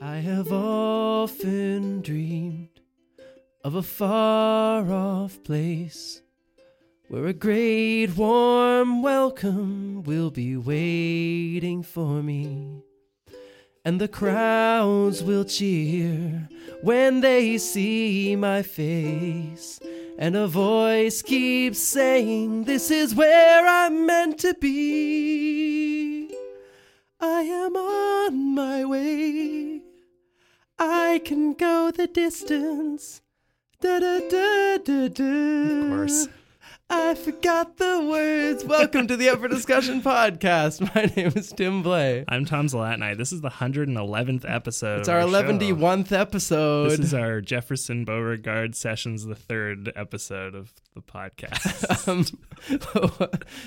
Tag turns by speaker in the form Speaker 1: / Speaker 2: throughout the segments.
Speaker 1: I have often dreamed of a far off place where a great warm welcome will be waiting for me. And the crowds will cheer when they see my face. And a voice keeps saying, This is where I'm meant to be. I am on my way. I can go the distance. Da da da da da.
Speaker 2: Of course.
Speaker 1: I forgot the words. Welcome to the Up for Discussion podcast. My name is Tim Blay.
Speaker 2: I'm Tom Zalatni. This is the 111th episode.
Speaker 1: It's
Speaker 2: of
Speaker 1: our
Speaker 2: the show.
Speaker 1: 111th episode.
Speaker 2: This is our Jefferson Beauregard Sessions the third episode of the podcast.
Speaker 1: um,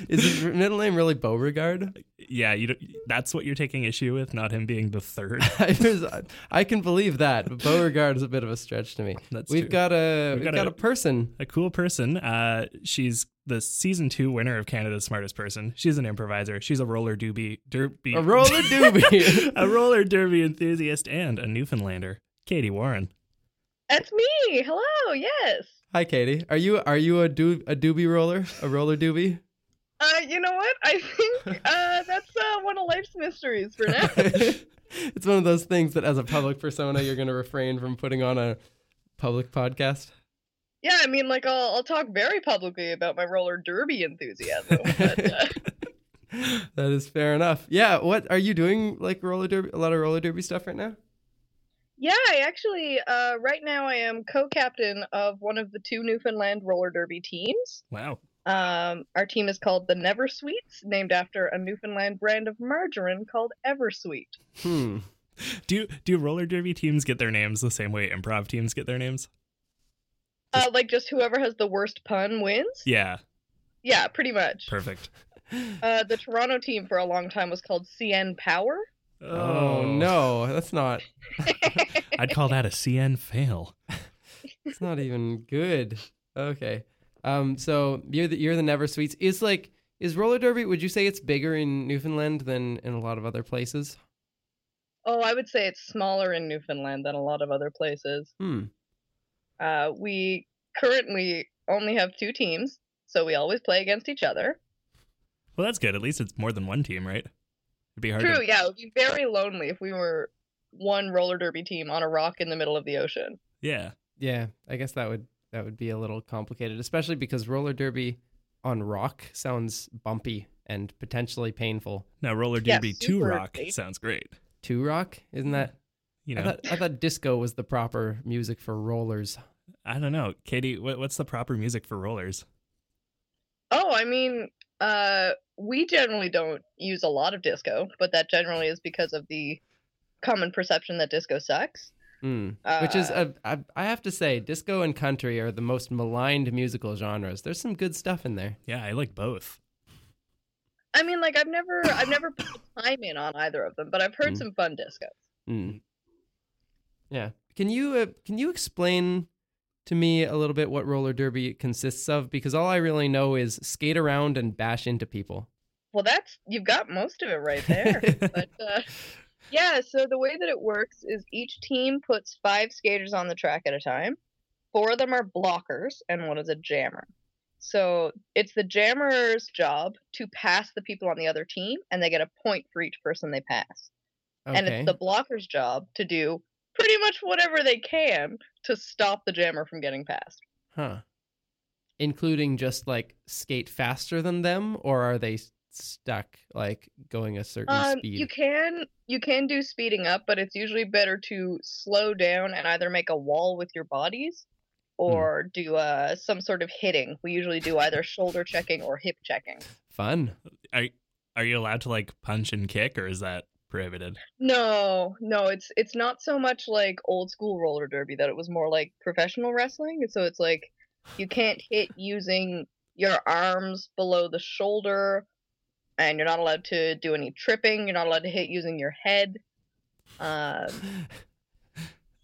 Speaker 1: is his middle name really Beauregard?
Speaker 2: yeah, you. Don't, that's what you're taking issue with, not him being the third.
Speaker 1: I, was- I can believe that. But Beauregard is a bit of a stretch to me.
Speaker 2: That's
Speaker 1: we've
Speaker 2: true.
Speaker 1: got a we've,
Speaker 2: We've got
Speaker 1: got a,
Speaker 2: a-
Speaker 1: person.
Speaker 2: A cool person. Uh, she's the season two winner of Canada's Smartest Person. She's an improviser. She's a roller doobie, derby,
Speaker 1: A roller doobie.
Speaker 2: a roller derby enthusiast, and a Newfoundlander. Katie Warren.
Speaker 3: That's me. Hello. Yes.
Speaker 1: Hi, Katie. Are you are you a doo a doobie roller? A roller doobie?
Speaker 3: Uh, you know what? I think uh, that's uh, one of life's mysteries for now.
Speaker 1: it's one of those things that, as a public persona, you're going to refrain from putting on a public podcast.
Speaker 3: yeah, I mean, like, I'll, I'll talk very publicly about my roller derby enthusiasm. But, uh,
Speaker 1: that is fair enough. Yeah, what are you doing? Like roller derby, a lot of roller derby stuff right now.
Speaker 3: yeah, I actually, uh, right now, I am co-captain of one of the two Newfoundland roller derby teams.
Speaker 2: Wow.
Speaker 3: Um, our team is called the Never Sweets, named after a Newfoundland brand of margarine called Eversweet.
Speaker 1: Hmm.
Speaker 2: Do do roller derby teams get their names the same way improv teams get their names?
Speaker 3: Uh, like, just whoever has the worst pun wins.
Speaker 2: Yeah,
Speaker 3: Yeah, pretty much.
Speaker 2: perfect.
Speaker 3: Uh, the Toronto team for a long time was called CN Power.
Speaker 1: Oh. no, that's not.
Speaker 2: I'd call that a CN fail.
Speaker 1: It's not even good. Okay. Um. So you're the you're the Never Sweets. Is like is roller derby? Would you say it's bigger in Newfoundland than in a lot of other places?
Speaker 3: Oh, I would say it's smaller in Newfoundland than a lot of other places.
Speaker 1: Hmm.
Speaker 3: Uh, we currently only have two teams, so we always play against each other.
Speaker 2: Well, that's good. At least it's more than one team, right? It'd be hard.
Speaker 3: True,
Speaker 2: to...
Speaker 3: yeah, it would be very lonely if we were one roller derby team on a rock in the middle of the ocean.
Speaker 2: Yeah.
Speaker 1: Yeah. I guess that would that would be a little complicated, especially because roller derby on rock sounds bumpy and potentially painful.
Speaker 2: Now roller
Speaker 3: Yeah,
Speaker 2: derby two
Speaker 3: super
Speaker 2: rock
Speaker 3: great.
Speaker 2: sounds great.
Speaker 1: To rock, isn't that?
Speaker 2: You
Speaker 1: I
Speaker 2: know,
Speaker 1: thought, I thought disco was the proper music for rollers.
Speaker 2: I don't know, Katie. What, what's the proper music for rollers?
Speaker 3: Oh, I mean, uh, we generally don't use a lot of disco, but that generally is because of the common perception that disco sucks.
Speaker 1: Mm. Which is,
Speaker 3: Uh,
Speaker 1: a, I, I have to say, disco and country are the most maligned musical genres. There's some good stuff in there.
Speaker 2: Yeah, I like both.
Speaker 3: I mean, like I've never, I've never put the time in on either of them, but I've heard
Speaker 1: Mm.
Speaker 3: some fun disco.
Speaker 1: Mm. Yeah. Can you uh, can you explain to me a little bit what roller derby consists of? Because all I really know is skate around and bash into people.
Speaker 3: Well, that's you've got most of it right there. but uh, yeah, so the way that it works is each team puts five skaters on the track at a time. Four of them are blockers, and one is a jammer. So it's the jammer's job to pass the people on the other team, and they get a point for each person they pass.
Speaker 1: Okay.
Speaker 3: And it's the blocker's job to do pretty much whatever they can to stop the jammer from getting past.
Speaker 1: huh. Including just like skate faster than them, or are they s- stuck like going a certain
Speaker 3: Um,
Speaker 1: speed?
Speaker 3: you can you can do speeding up, but it's usually better to slow down and either make a wall with your bodies
Speaker 1: Hmm.
Speaker 3: or do uh, some sort of hitting. We usually do either shoulder checking or hip checking.
Speaker 1: Fun.
Speaker 2: Are you allowed to like punch and kick, or is that prohibited?
Speaker 3: No, no, it's it's not so much like old school roller derby that it was more like professional wrestling. So it's like you can't hit using your arms below the shoulder, and you're not allowed to do any tripping. You're not allowed to hit using your head. Um,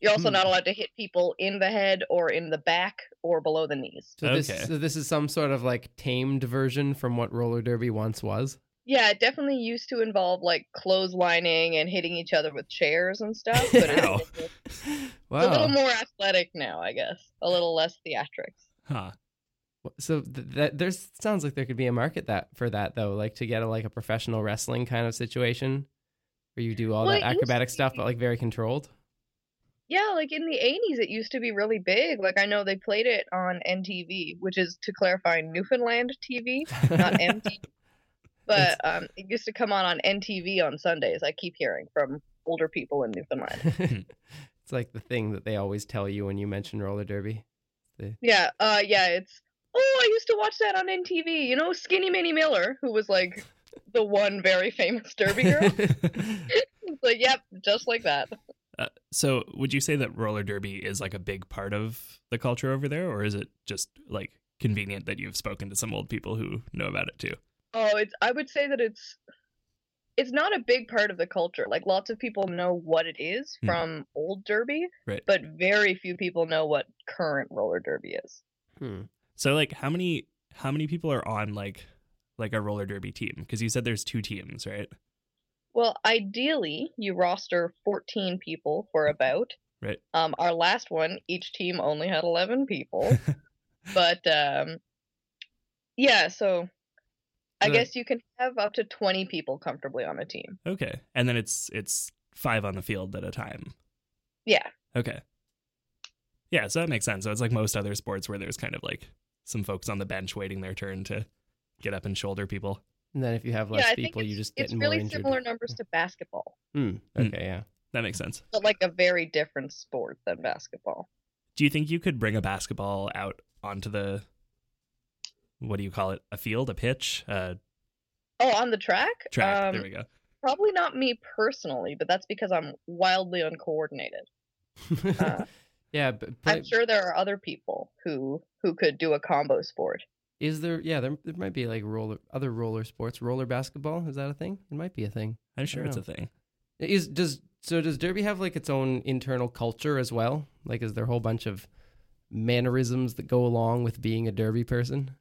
Speaker 3: You're also not allowed to hit people in the head or in the back or below the knees.
Speaker 1: So this
Speaker 2: Okay.
Speaker 1: so this is some sort of like tamed version from what roller derby once was.
Speaker 3: yeah, it definitely used to involve like clotheslining and hitting each other with chairs and stuff, but it's,
Speaker 2: Wow.
Speaker 3: it's a
Speaker 1: Wow.
Speaker 3: little more athletic now, I guess. A little less theatrics.
Speaker 2: Huh.
Speaker 1: So th- that there's sounds like there could be a market that for that though, like to get a like a professional wrestling kind of situation where you do all
Speaker 3: Well,
Speaker 1: that
Speaker 3: it used
Speaker 1: acrobatic
Speaker 3: to
Speaker 1: stuff,
Speaker 3: be.
Speaker 1: but like very controlled.
Speaker 3: Yeah, like in the 80s, it used to be really big. Like, I know they played it on NTV, which is to clarify Newfoundland TV, not MTV. But um, it used to come on on NTV on Sundays. I keep hearing from older people in Newfoundland.
Speaker 1: it's like the thing that they always tell you when you mention roller derby.
Speaker 3: Yeah, uh, yeah, it's. Oh, I used to watch that on NTV. You know, Skinny Minnie Miller, who was like the one very famous Derby girl. It's like, yep, just like that.
Speaker 2: Uh, so, would you say that roller derby is like a big part of the culture over there, or is it just like convenient that you've spoken to some old people who know about it too?
Speaker 3: Oh, it's. I would say that it's. It's not a big part of the culture. Like lots of people know what it is
Speaker 2: Hmm.
Speaker 3: from old derby,
Speaker 2: Right.
Speaker 3: but very few people know what current roller derby is.
Speaker 1: Hmm.
Speaker 2: So, like, how many how many people are on like like a roller derby team? Because you said there's two teams, right?
Speaker 3: Well, ideally, you roster 14 people for a bout.
Speaker 2: Right.
Speaker 3: Um, our last one, each team only had 11 people. but um, yeah, so I
Speaker 1: So-
Speaker 3: guess you can have up to 20 people comfortably on a team.
Speaker 2: Okay, and then it's it's five on the field at a time.
Speaker 3: Yeah.
Speaker 2: Okay. Yeah, so that makes sense. So it's like most other sports where there's kind of like some folks on the bench waiting their turn to get up and shoulder people.
Speaker 1: And then if you have less
Speaker 3: yeah, I think
Speaker 1: people,
Speaker 3: it's,
Speaker 1: you just get
Speaker 3: it's
Speaker 1: more
Speaker 3: really
Speaker 1: injured.
Speaker 3: similar numbers to basketball,
Speaker 1: Hmm.
Speaker 2: Hmm.
Speaker 1: Okay, yeah.
Speaker 2: That makes sense.
Speaker 3: but like a very different sport than basketball.
Speaker 2: Do you think you could bring a basketball out onto the what do you call it? A field, a pitch, a
Speaker 3: Oh, on the track?
Speaker 2: track.
Speaker 3: Um,
Speaker 2: there we go.
Speaker 3: Probably not me personally, but that's because I'm wildly uncoordinated. Uh,
Speaker 1: yeah, but,
Speaker 3: I'm
Speaker 1: but
Speaker 3: sure there are other people who who could do a combo sport.
Speaker 1: is there? Yeah, there, there might be like roller other roller sports. Roller basketball is that a thing? It might be a thing.
Speaker 2: I'm sure
Speaker 1: don't
Speaker 2: it's a thing.
Speaker 1: Is does so does derby have like its own internal culture as well? Like, is there a whole bunch of mannerisms that go along with being a derby person?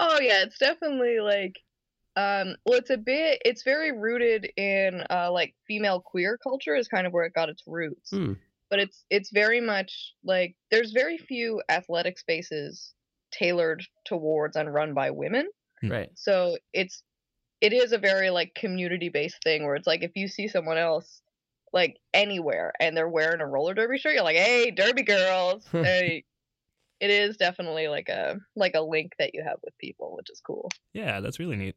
Speaker 3: Oh yeah, it's definitely like um well it's a bit it's very rooted in uh like female queer culture is kind of where it got its roots.
Speaker 1: Hmm.
Speaker 3: But it's it's very much like there's very few athletic spaces tailored towards and run by women.
Speaker 2: Hmm.
Speaker 1: Right.
Speaker 3: So it's it is a very like community based thing where it's like if you see someone else like anywhere and they're wearing a roller derby shirt, you're like, hey, derby girls. hey. It is definitely like a like a link that you have with people, which is cool.
Speaker 2: Yeah, that's really neat.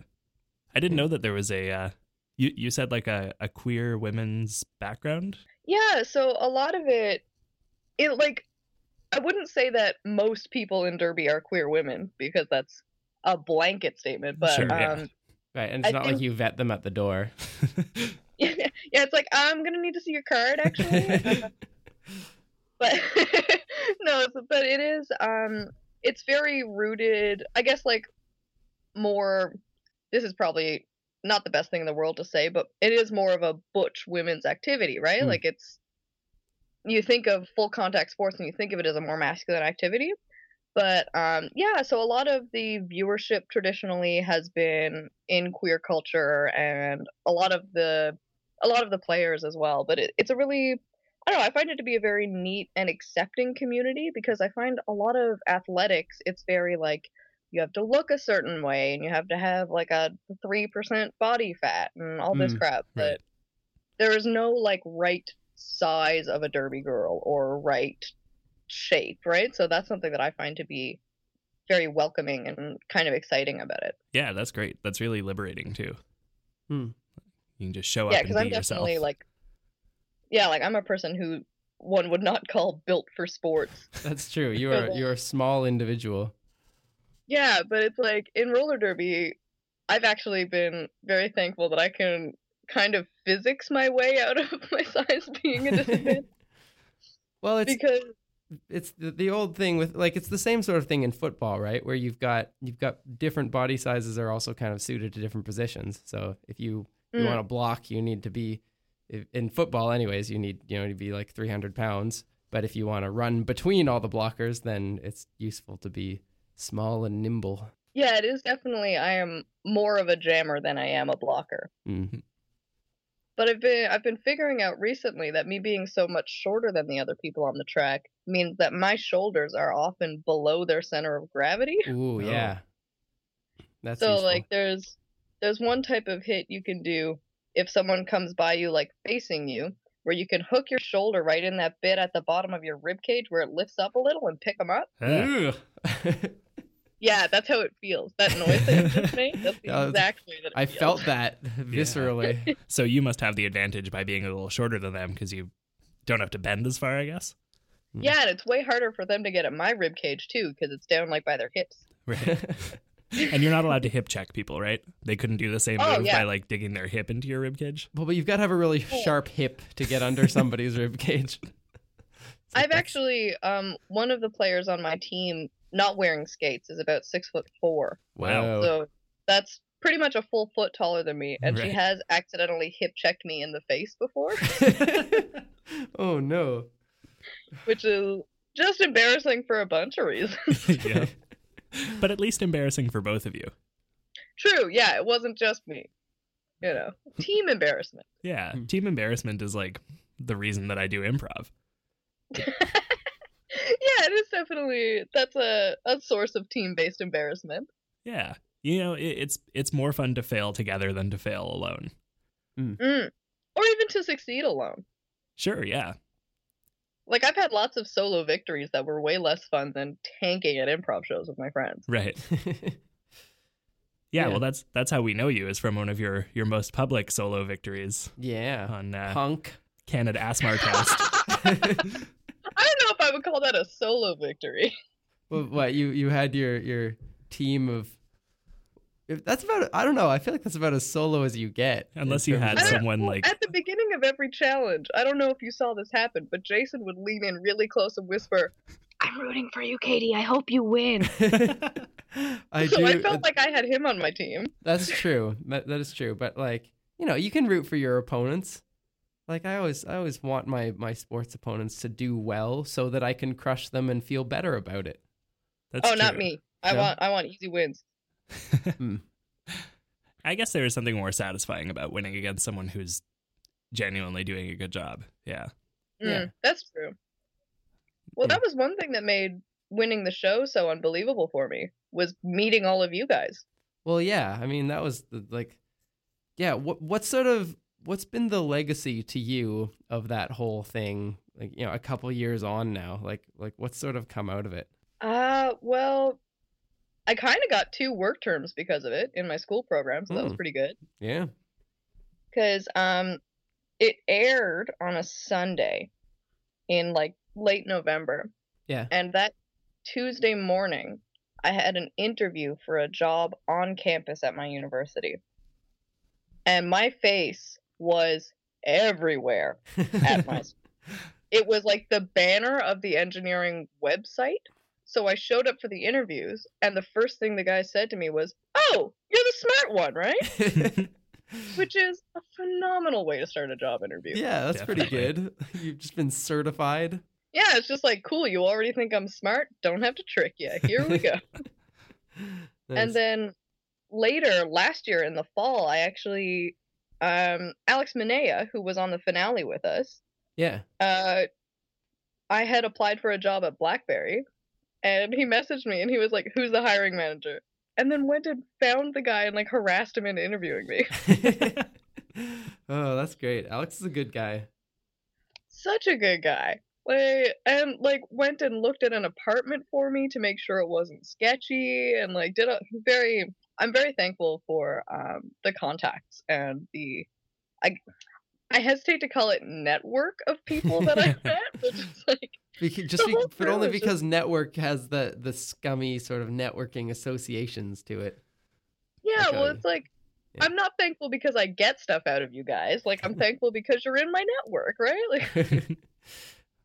Speaker 2: I didn't know that there was a uh, you you said like a, a queer women's background.
Speaker 3: Yeah, so a lot of it it like I wouldn't say that most people in derby are queer women because that's a blanket statement, but
Speaker 2: Sure, yeah.
Speaker 3: um
Speaker 1: Right, and it's
Speaker 3: I
Speaker 1: not like
Speaker 3: think-
Speaker 1: you vet them at the door.
Speaker 3: yeah, it's like I'm going to need to see your card actually. but no it's- but it is um it's very rooted i guess like more this is probably not the best thing in the world to say but it is more of a butch women's activity right
Speaker 2: Mm.
Speaker 3: like it's you think of full contact sports and you think of it as a more masculine activity but um yeah so a lot of the viewership traditionally has been in queer culture and a lot of the a lot of the players as well but it, it's a really I don't know. I find it to be a very neat and accepting community because I find a lot of athletics, it's very like you have to look a certain way and you have to have like a 3% body fat and all this
Speaker 1: Mm,
Speaker 3: crap. But
Speaker 2: right.
Speaker 3: there is no like right size of a derby girl or right shape, right? So that's something that I find to be very welcoming and kind of exciting about it.
Speaker 2: Yeah, that's great. That's really liberating too.
Speaker 1: Hmm.
Speaker 2: You can just show
Speaker 3: yeah,
Speaker 2: up and
Speaker 3: because
Speaker 2: be
Speaker 3: I'm
Speaker 2: yourself.
Speaker 3: definitely like, yeah, like I'm a person who one would not call built for sports.
Speaker 1: That's true. You are
Speaker 3: Okay.
Speaker 1: you're a small individual.
Speaker 3: Yeah, but it's like in roller derby, I've actually been very thankful that I can kind of physics my way out of my size being a disadvantage
Speaker 1: well, it's
Speaker 3: because
Speaker 1: it's the, the old thing with like it's the same sort of thing in football, right? Where you've got you've got different body sizes are also kind of suited to different positions. So if you if you
Speaker 3: Mm.
Speaker 1: want to block, you need to be if, in football, anyways. You need you know to be like 300 pounds. But if you want to run between all the blockers, then it's useful to be small and nimble.
Speaker 3: Yeah, it is definitely. I am more of a jammer than I am a blocker.
Speaker 1: Mm.
Speaker 3: But I've been I've been figuring out recently that me being so much shorter than the other people on the track means that my shoulders are often below their center of gravity.
Speaker 1: Ooh, yeah. Oh. That's
Speaker 3: so
Speaker 1: useful.
Speaker 3: like there's there's one type of hit you can do if someone comes by you like facing you where you can hook your shoulder right in that bit at the bottom of your rib cage where it lifts up a little and pick them up.
Speaker 1: Yeah.
Speaker 3: Yeah, that's how it feels. That noise that you just made, that's the
Speaker 1: Yeah,
Speaker 3: exact way that it
Speaker 1: I
Speaker 3: feels.
Speaker 1: felt that viscerally.
Speaker 3: mm.
Speaker 2: So you must have the advantage by being a little shorter than them because you don't have to bend as far, I guess.
Speaker 3: Yeah, and it's way harder for them to get at my rib cage too because it's down like by their hips.
Speaker 2: Right. and you're not allowed to hip check people, right? They couldn't do the same
Speaker 3: Oh,
Speaker 2: move
Speaker 3: yeah.
Speaker 2: by like digging their hip into your rib cage.
Speaker 1: Well, but you've got to have a really sharp hip to get under somebody's rib cage.
Speaker 2: like
Speaker 3: I've
Speaker 2: that's-
Speaker 3: actually um one of the players on my team not wearing skates is about six foot four,
Speaker 2: Wow.
Speaker 3: so that's pretty much a full foot taller than me, and she
Speaker 2: Right.
Speaker 3: has accidentally hip checked me in the face before,
Speaker 1: oh no.
Speaker 3: which is just embarrassing for a bunch of reasons.
Speaker 2: yeah. But at least embarrassing for both of you.
Speaker 3: True, yeah, it wasn't just me, you know, team embarrassment.
Speaker 2: Yeah.
Speaker 1: Hmm.
Speaker 2: Team embarrassment is like the reason that I do improv.
Speaker 3: Yeah, it is definitely that's a a source of team based embarrassment.
Speaker 2: Yeah. You know, it, it's it's more fun to fail together than to fail alone.
Speaker 3: Mm. Or even to succeed alone.
Speaker 2: Sure, yeah.
Speaker 3: Like I've had lots of solo victories that were way less fun than tanking at improv shows with my friends.
Speaker 2: Right. Yeah,
Speaker 1: Yeah.
Speaker 2: well that's that's how we know you is from one of your your most public solo victories
Speaker 1: yeah.
Speaker 2: on uh,
Speaker 1: Punk.
Speaker 2: Canada Asmar test.
Speaker 3: I don't know if I would call that a solo victory.
Speaker 1: Well, what you you had your your team of if that's about I don't know I feel like that's about as solo as you get in
Speaker 2: Unless you
Speaker 1: terms
Speaker 2: had
Speaker 1: of-
Speaker 3: I don't-
Speaker 2: someone like
Speaker 3: At the beginning of every challenge, I don't know if you saw this happen, but Jason would lean in really close and whisper, "I'm rooting for you, Katie. I hope you win."
Speaker 1: I
Speaker 3: so
Speaker 1: do uh,
Speaker 3: I felt like I had him on my team.
Speaker 1: that's true that, that is true but like you know you can root for your opponents like I always I always want my my sports opponents to do well so that I can crush them and feel better about it
Speaker 2: that's
Speaker 3: Oh, not
Speaker 2: true.
Speaker 3: me. I
Speaker 1: No?
Speaker 3: want I want easy wins.
Speaker 2: I guess there is something more satisfying about winning against someone who's genuinely doing a good job. Yeah.
Speaker 3: Mm,
Speaker 1: Yeah.
Speaker 3: That's true. Well,
Speaker 2: Yeah.
Speaker 3: that was one thing that made winning the show so unbelievable for me was meeting all of you guys.
Speaker 1: Well, yeah. I mean, that was the, like, yeah. What what sort of what's been the legacy to you of that whole thing? Like, you know, a couple years on now. Like, like what's sort of come out of it?
Speaker 3: Uh, well, I kind of got two work terms because of it in my school program, so that was
Speaker 2: Hmm.
Speaker 1: Mm.
Speaker 3: pretty good.
Speaker 1: Yeah.
Speaker 3: Because um, it aired on a Sunday in like late November.
Speaker 1: Yeah.
Speaker 3: And that Tuesday morning, I had an interview for a job on campus at my university. And my face was everywhere at my it was like the banner of the engineering website. So I showed up for the interviews, and the first thing the guy said to me was, "Oh, you're the smart one, right?" Which is a phenomenal way to start a job interview.
Speaker 1: yeah, that's pretty
Speaker 2: Definitely.
Speaker 1: good. You've just been certified.
Speaker 3: Yeah, it's just like, cool. You already think I'm smart. Don't have to trick you. Here we go.
Speaker 1: Nice.
Speaker 3: and then later last year in the fall, I actually, um, Alex Minea, who was on the finale with us,
Speaker 1: yeah.
Speaker 3: uh, I had applied for a job at BlackBerry, and he messaged me, and he was like, "Who's the hiring manager?" And then went and found the guy and like harassed him into interviewing me.
Speaker 1: oh, that's great. Alex is a good guy.
Speaker 3: Such a good guy. Like and like went and looked at an apartment for me to make sure it wasn't sketchy, and like did a very. I'm very thankful for um, the contacts and the. I, I hesitate to call it network of people that I met, but just like
Speaker 1: Beca- just
Speaker 3: The
Speaker 1: be-
Speaker 3: whole
Speaker 1: but only
Speaker 3: crew is just-
Speaker 1: because network has the the scummy sort of networking associations to it.
Speaker 3: Yeah, well,
Speaker 1: Okay.
Speaker 3: it's like
Speaker 1: Yeah.
Speaker 3: I'm not thankful because I get stuff out of you guys. Like I'm thankful because you're in my network, right? Like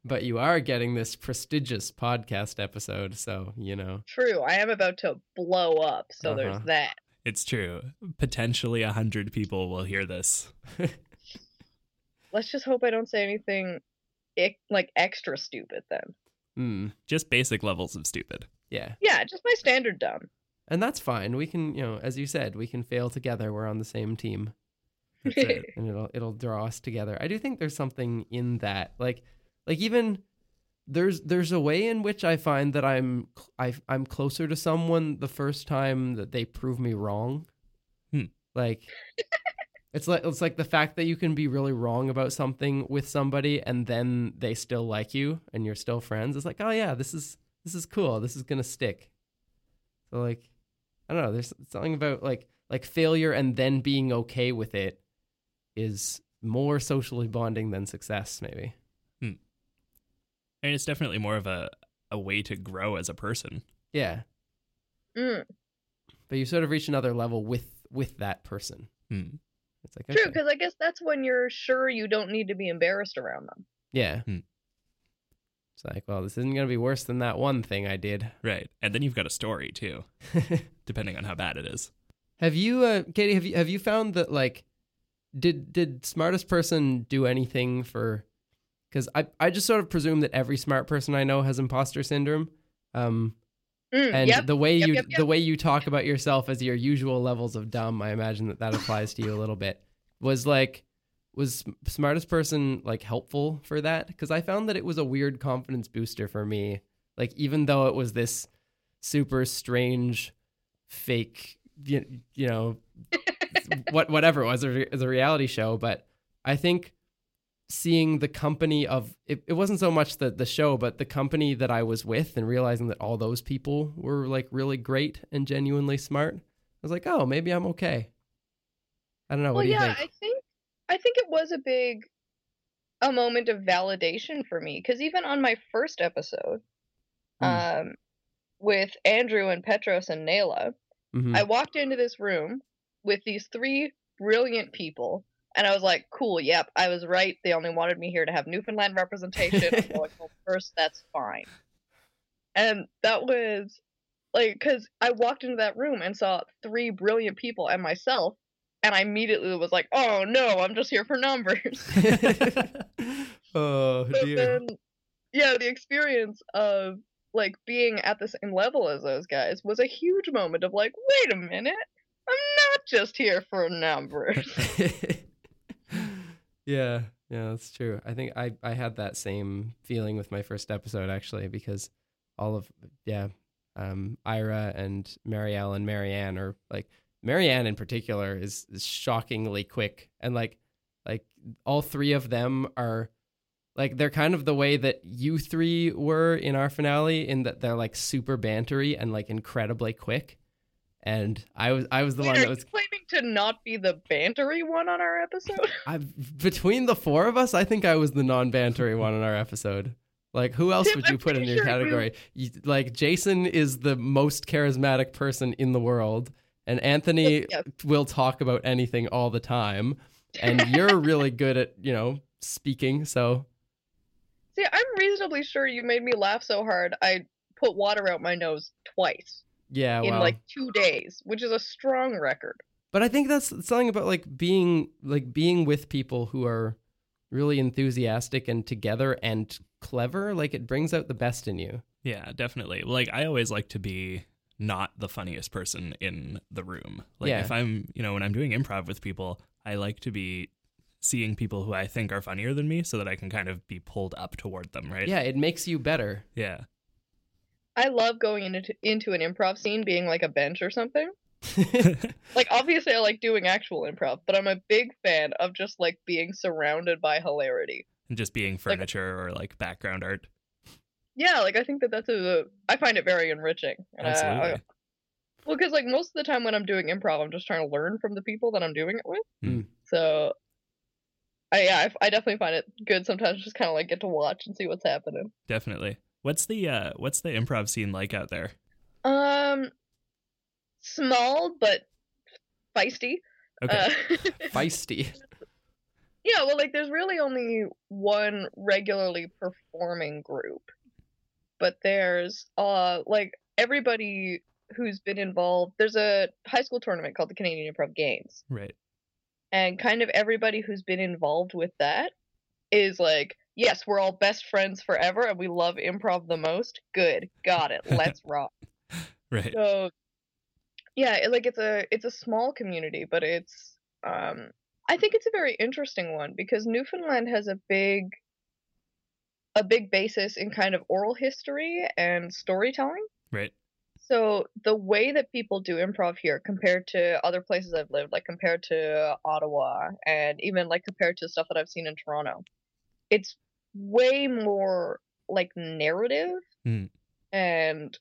Speaker 1: but you are getting this prestigious podcast episode, so you know.
Speaker 3: true, I am about to blow up, so there's
Speaker 1: Uh-huh.
Speaker 3: that.
Speaker 2: It's true. Potentially a hundred people will hear this.
Speaker 3: Let's just hope I don't say anything ic- like extra stupid then.
Speaker 1: Mm,
Speaker 2: Just basic levels of stupid.
Speaker 1: yeah.
Speaker 3: Yeah, just my standard dumb.
Speaker 1: and that's fine. We can, you know, as you said, we can fail together. We're on the same team,
Speaker 2: That's it.
Speaker 1: and it'll it'll draw us together. I do think there's something in that, like, like even there's there's a way in which I find that I'm cl- I, I'm closer to someone the first time that they prove me wrong.
Speaker 2: Hmm.
Speaker 1: Like, it's like it's like the fact that you can be really wrong about something with somebody, and then they still like you, and you're still friends. It's like, oh yeah, this is this is cool. This is gonna stick. So like, I don't know. There's something about like like failure and then being okay with it is more socially bonding than success, maybe.
Speaker 2: And it's definitely more of a, a way to grow as a person.
Speaker 1: Yeah,
Speaker 3: Mm.
Speaker 1: but you sort of reach another level with with that person.
Speaker 2: Hmm.
Speaker 1: It's like
Speaker 3: True,
Speaker 1: okay,
Speaker 3: because I guess that's when you're sure you don't need to be embarrassed around them.
Speaker 1: yeah.
Speaker 2: Hmm.
Speaker 1: It's like, well, this isn't gonna be worse than that one thing I did.
Speaker 2: Right. And then you've got a story too, depending on how bad it is.
Speaker 1: have you, uh, Katie? Have you have you found that like, did did smartest person do anything for? Because I I just sort of presume that every smart person I know has imposter syndrome. Um,
Speaker 3: Mm,
Speaker 1: and
Speaker 3: yep.
Speaker 1: the way
Speaker 3: yep,
Speaker 1: you
Speaker 3: yep, yep.
Speaker 1: the way you talk about yourself as your usual levels of dumb, I imagine that that applies to you a little bit. Was like was sm- smartest person like helpful for that? Because I found that it was a weird confidence booster for me. Like even though it was this super strange, fake, you, you know, what whatever it was a, a reality show, but I think seeing the company of it, it wasn't so much the the show but the company that I was with and realizing that all those people were like really great and genuinely smart I was like oh maybe I'm okay I don't know
Speaker 3: well,
Speaker 1: what do
Speaker 3: yeah,
Speaker 1: you think
Speaker 3: I think I think it was a big a moment of validation for me because even on my first episode,
Speaker 1: Hmm.
Speaker 3: um, with Andrew and Petros and Nayla,
Speaker 1: Mhm.
Speaker 3: I walked into this room with these three brilliant people, and I was like, cool, yep, I was right. They only wanted me here to have Newfoundland representation. I'm going home first, that's fine. And that was like, because I walked into that room and saw three brilliant people and myself, and I immediately was like, oh no, I'm just here for numbers.
Speaker 1: oh
Speaker 3: So
Speaker 1: dear
Speaker 3: then, yeah, the experience of like being at the same level as those guys was a huge moment of like, wait a minute, I'm not just here for numbers.
Speaker 1: yeah yeah that's true I think I I had that same feeling with my first episode actually because all of yeah um ira and mary ellen marianne are like marianne in particular is, is shockingly quick and like like all three of them are like they're kind of the way that you three were in our finale in that they're like super bantery and like incredibly quick and i was i was the
Speaker 3: Wait,
Speaker 1: one
Speaker 3: are
Speaker 1: that
Speaker 3: you
Speaker 1: was
Speaker 3: claiming to not be the bantery one on our episode?
Speaker 1: I between the four of us, I think I was the non-bantery one in our episode. Like, who else
Speaker 3: Tim,
Speaker 1: would you
Speaker 3: I'm
Speaker 1: put in
Speaker 3: pretty
Speaker 1: your
Speaker 3: sure you-
Speaker 1: category? You, like, Jason is the most charismatic person in the world, and Anthony
Speaker 3: Yes.
Speaker 1: will talk about anything all the time. And you're really good at you know speaking, so
Speaker 3: See, I'm reasonably sure you made me laugh so hard I put water out my nose twice
Speaker 1: yeah.
Speaker 3: in
Speaker 1: well,
Speaker 3: like two days, which is a strong record.
Speaker 1: but I think that's something about like being like being with people who are really enthusiastic and together and clever. Like, it brings out the best in you.
Speaker 2: Yeah, definitely. Like I always like to be not the funniest person in the room. Like
Speaker 1: Yeah.
Speaker 2: if I'm, you know, when I'm doing improv with people, I like to be seeing people who I think are funnier than me so that I can kind of be pulled up toward them, right?
Speaker 1: Yeah, it makes you better.
Speaker 2: Yeah.
Speaker 3: I love going into into an improv scene being like a bench or something. like obviously I like doing actual improv, but I'm a big fan of just like being surrounded by hilarity.
Speaker 2: And just being furniture or like background art.
Speaker 3: Yeah, like I think that that's a I find it very enriching.
Speaker 2: Uh,
Speaker 3: And I- I-
Speaker 2: Absolutely.
Speaker 3: well, because like most of the time when I'm doing improv, I'm just trying to learn from the people that I'm doing it with.
Speaker 2: Hmm.
Speaker 3: So, I yeah, I f- I, definitely find it good sometimes just kind of like get to watch and see what's happening.
Speaker 2: Definitely. What's the uh what's the improv scene like out there?
Speaker 3: Um, small but feisty.
Speaker 2: Okay.
Speaker 3: Uh,
Speaker 1: Feisty.
Speaker 3: Yeah, well, like there's really only one regularly performing group, but there's uh like everybody who's been involved. There's a high school tournament called the Canadian Improv Games,
Speaker 2: right.
Speaker 3: and kind of everybody who's been involved with that is like, yes, we're all best friends forever, and we love improv the most. Good, got it. Let's rock.
Speaker 2: Right.
Speaker 3: So yeah, it, like it's a it's a small community, but it's um I think it's a very interesting one because Newfoundland has a big a big basis in kind of oral history and storytelling.
Speaker 2: Right.
Speaker 3: So the way that people do improv here compared to other places I've lived, like compared to Ottawa and even like compared to stuff that I've seen in Toronto, it's way more like narrative
Speaker 2: Hmm.
Speaker 3: and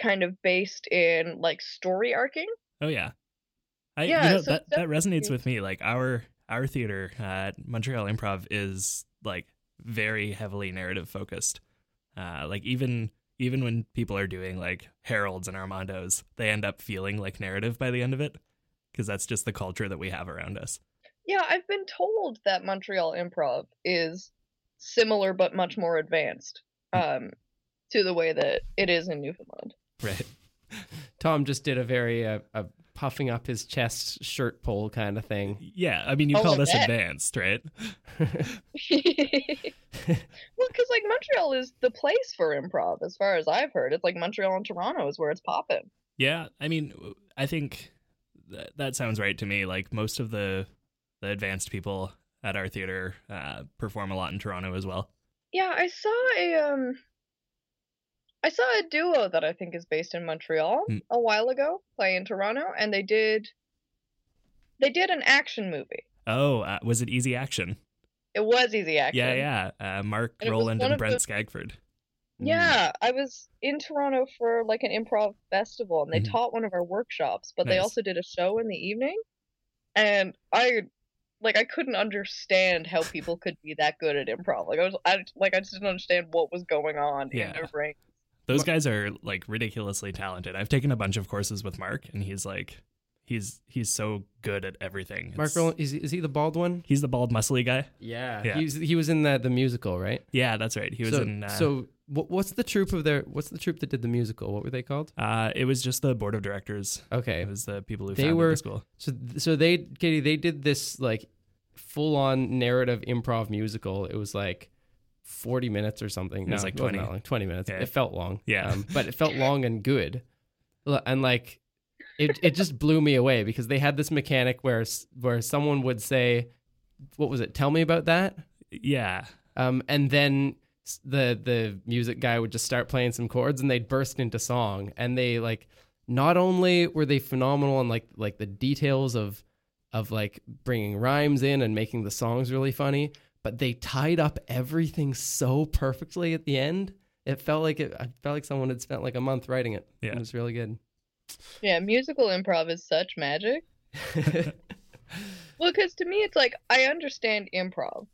Speaker 3: kind of based in like story arcing.
Speaker 2: Oh yeah. I
Speaker 3: Yeah,
Speaker 2: you know,
Speaker 3: so
Speaker 2: that
Speaker 3: it's
Speaker 2: that resonates
Speaker 3: definitely-
Speaker 2: with me. Like our our theater at Montreal Improv is like very heavily narrative focused. Uh like even even when people are doing like heralds and armandos, they end up feeling like narrative by the end of it because that's just the culture that we have around us.
Speaker 3: Yeah, I've been told that Montreal improv is similar but much more advanced um, to the way that it is in Newfoundland.
Speaker 2: Right.
Speaker 1: Tom just did a very uh, uh, puffing up his chest shirt pull kind of thing.
Speaker 2: Yeah, I mean you
Speaker 3: Oh,
Speaker 2: call
Speaker 3: I
Speaker 2: this
Speaker 3: bet.
Speaker 2: advanced, right?
Speaker 3: well, because like Montreal is the place for improv, as far as I've heard. It's like Montreal and Toronto is where it's popping.
Speaker 2: Yeah, I mean, I think that, that sounds right to me. Like most of the the advanced people at our theater uh, perform a lot in Toronto as well.
Speaker 3: Yeah, I saw a um I saw a duo that I think is based in Montreal
Speaker 2: Hmm.
Speaker 3: a while ago, play in Toronto, and they did they did an action movie.
Speaker 2: Oh, uh, was it Easy Action?
Speaker 3: It was easy action.
Speaker 2: Yeah, yeah. Uh, Mark
Speaker 3: And it was
Speaker 2: Roland
Speaker 3: one
Speaker 2: and
Speaker 3: of
Speaker 2: Brent
Speaker 3: the-
Speaker 2: Skagford. Mm.
Speaker 3: Yeah, I was in Toronto for like an improv festival and they
Speaker 2: Mhm.
Speaker 3: taught one of our workshops, but they
Speaker 2: Nice.
Speaker 3: also did a show in the evening. And I like I couldn't understand how people could be that good at improv. Like I was I like I just didn't understand what was going on in
Speaker 2: Yeah.
Speaker 3: their brain.
Speaker 2: Those guys are like ridiculously talented. I've taken a bunch of courses with Mark, and he's like, he's he's so good at everything.
Speaker 1: Mark
Speaker 2: It's-
Speaker 1: Roland, is, is he the bald one?
Speaker 2: He's the bald, muscly guy.
Speaker 1: Yeah.
Speaker 2: Yeah.
Speaker 1: He, was, he was in the, the musical, right?
Speaker 2: Yeah, that's right. He was
Speaker 1: so,
Speaker 2: in. Uh,
Speaker 1: so what, what's the troupe of their, what's the troupe that did the musical? What were they called?
Speaker 2: uh, it was just the board of directors.
Speaker 1: Okay.
Speaker 2: It was the people who
Speaker 1: They
Speaker 2: founded
Speaker 1: were-
Speaker 2: the school.
Speaker 1: So, so they, Katie, they did this like full on narrative improv musical. It was like 40 minutes or something.
Speaker 2: It was
Speaker 1: No,
Speaker 2: like
Speaker 1: wasn't
Speaker 2: 20.
Speaker 1: that long. 20 minutes.
Speaker 2: Yeah.
Speaker 1: It felt long. Um,
Speaker 2: Yeah.
Speaker 1: but it felt long and good. L- And like, it, it just blew me away because they had this mechanic where, s- where someone would say, what was it? Tell me about that.
Speaker 2: Yeah,
Speaker 1: Um, and then s- the the music guy would just start playing some chords, and they'd burst into song. And they like not only were they phenomenal on like like the details of of like bringing rhymes in and making the songs really funny, but they tied up everything so perfectly at the end. It felt like it. I felt like someone had spent like a month writing it.
Speaker 2: Yeah.
Speaker 1: it was really good.
Speaker 3: Yeah, musical improv is such magic. Well, because to me, it's like I understand
Speaker 2: Hmm.
Speaker 3: improv,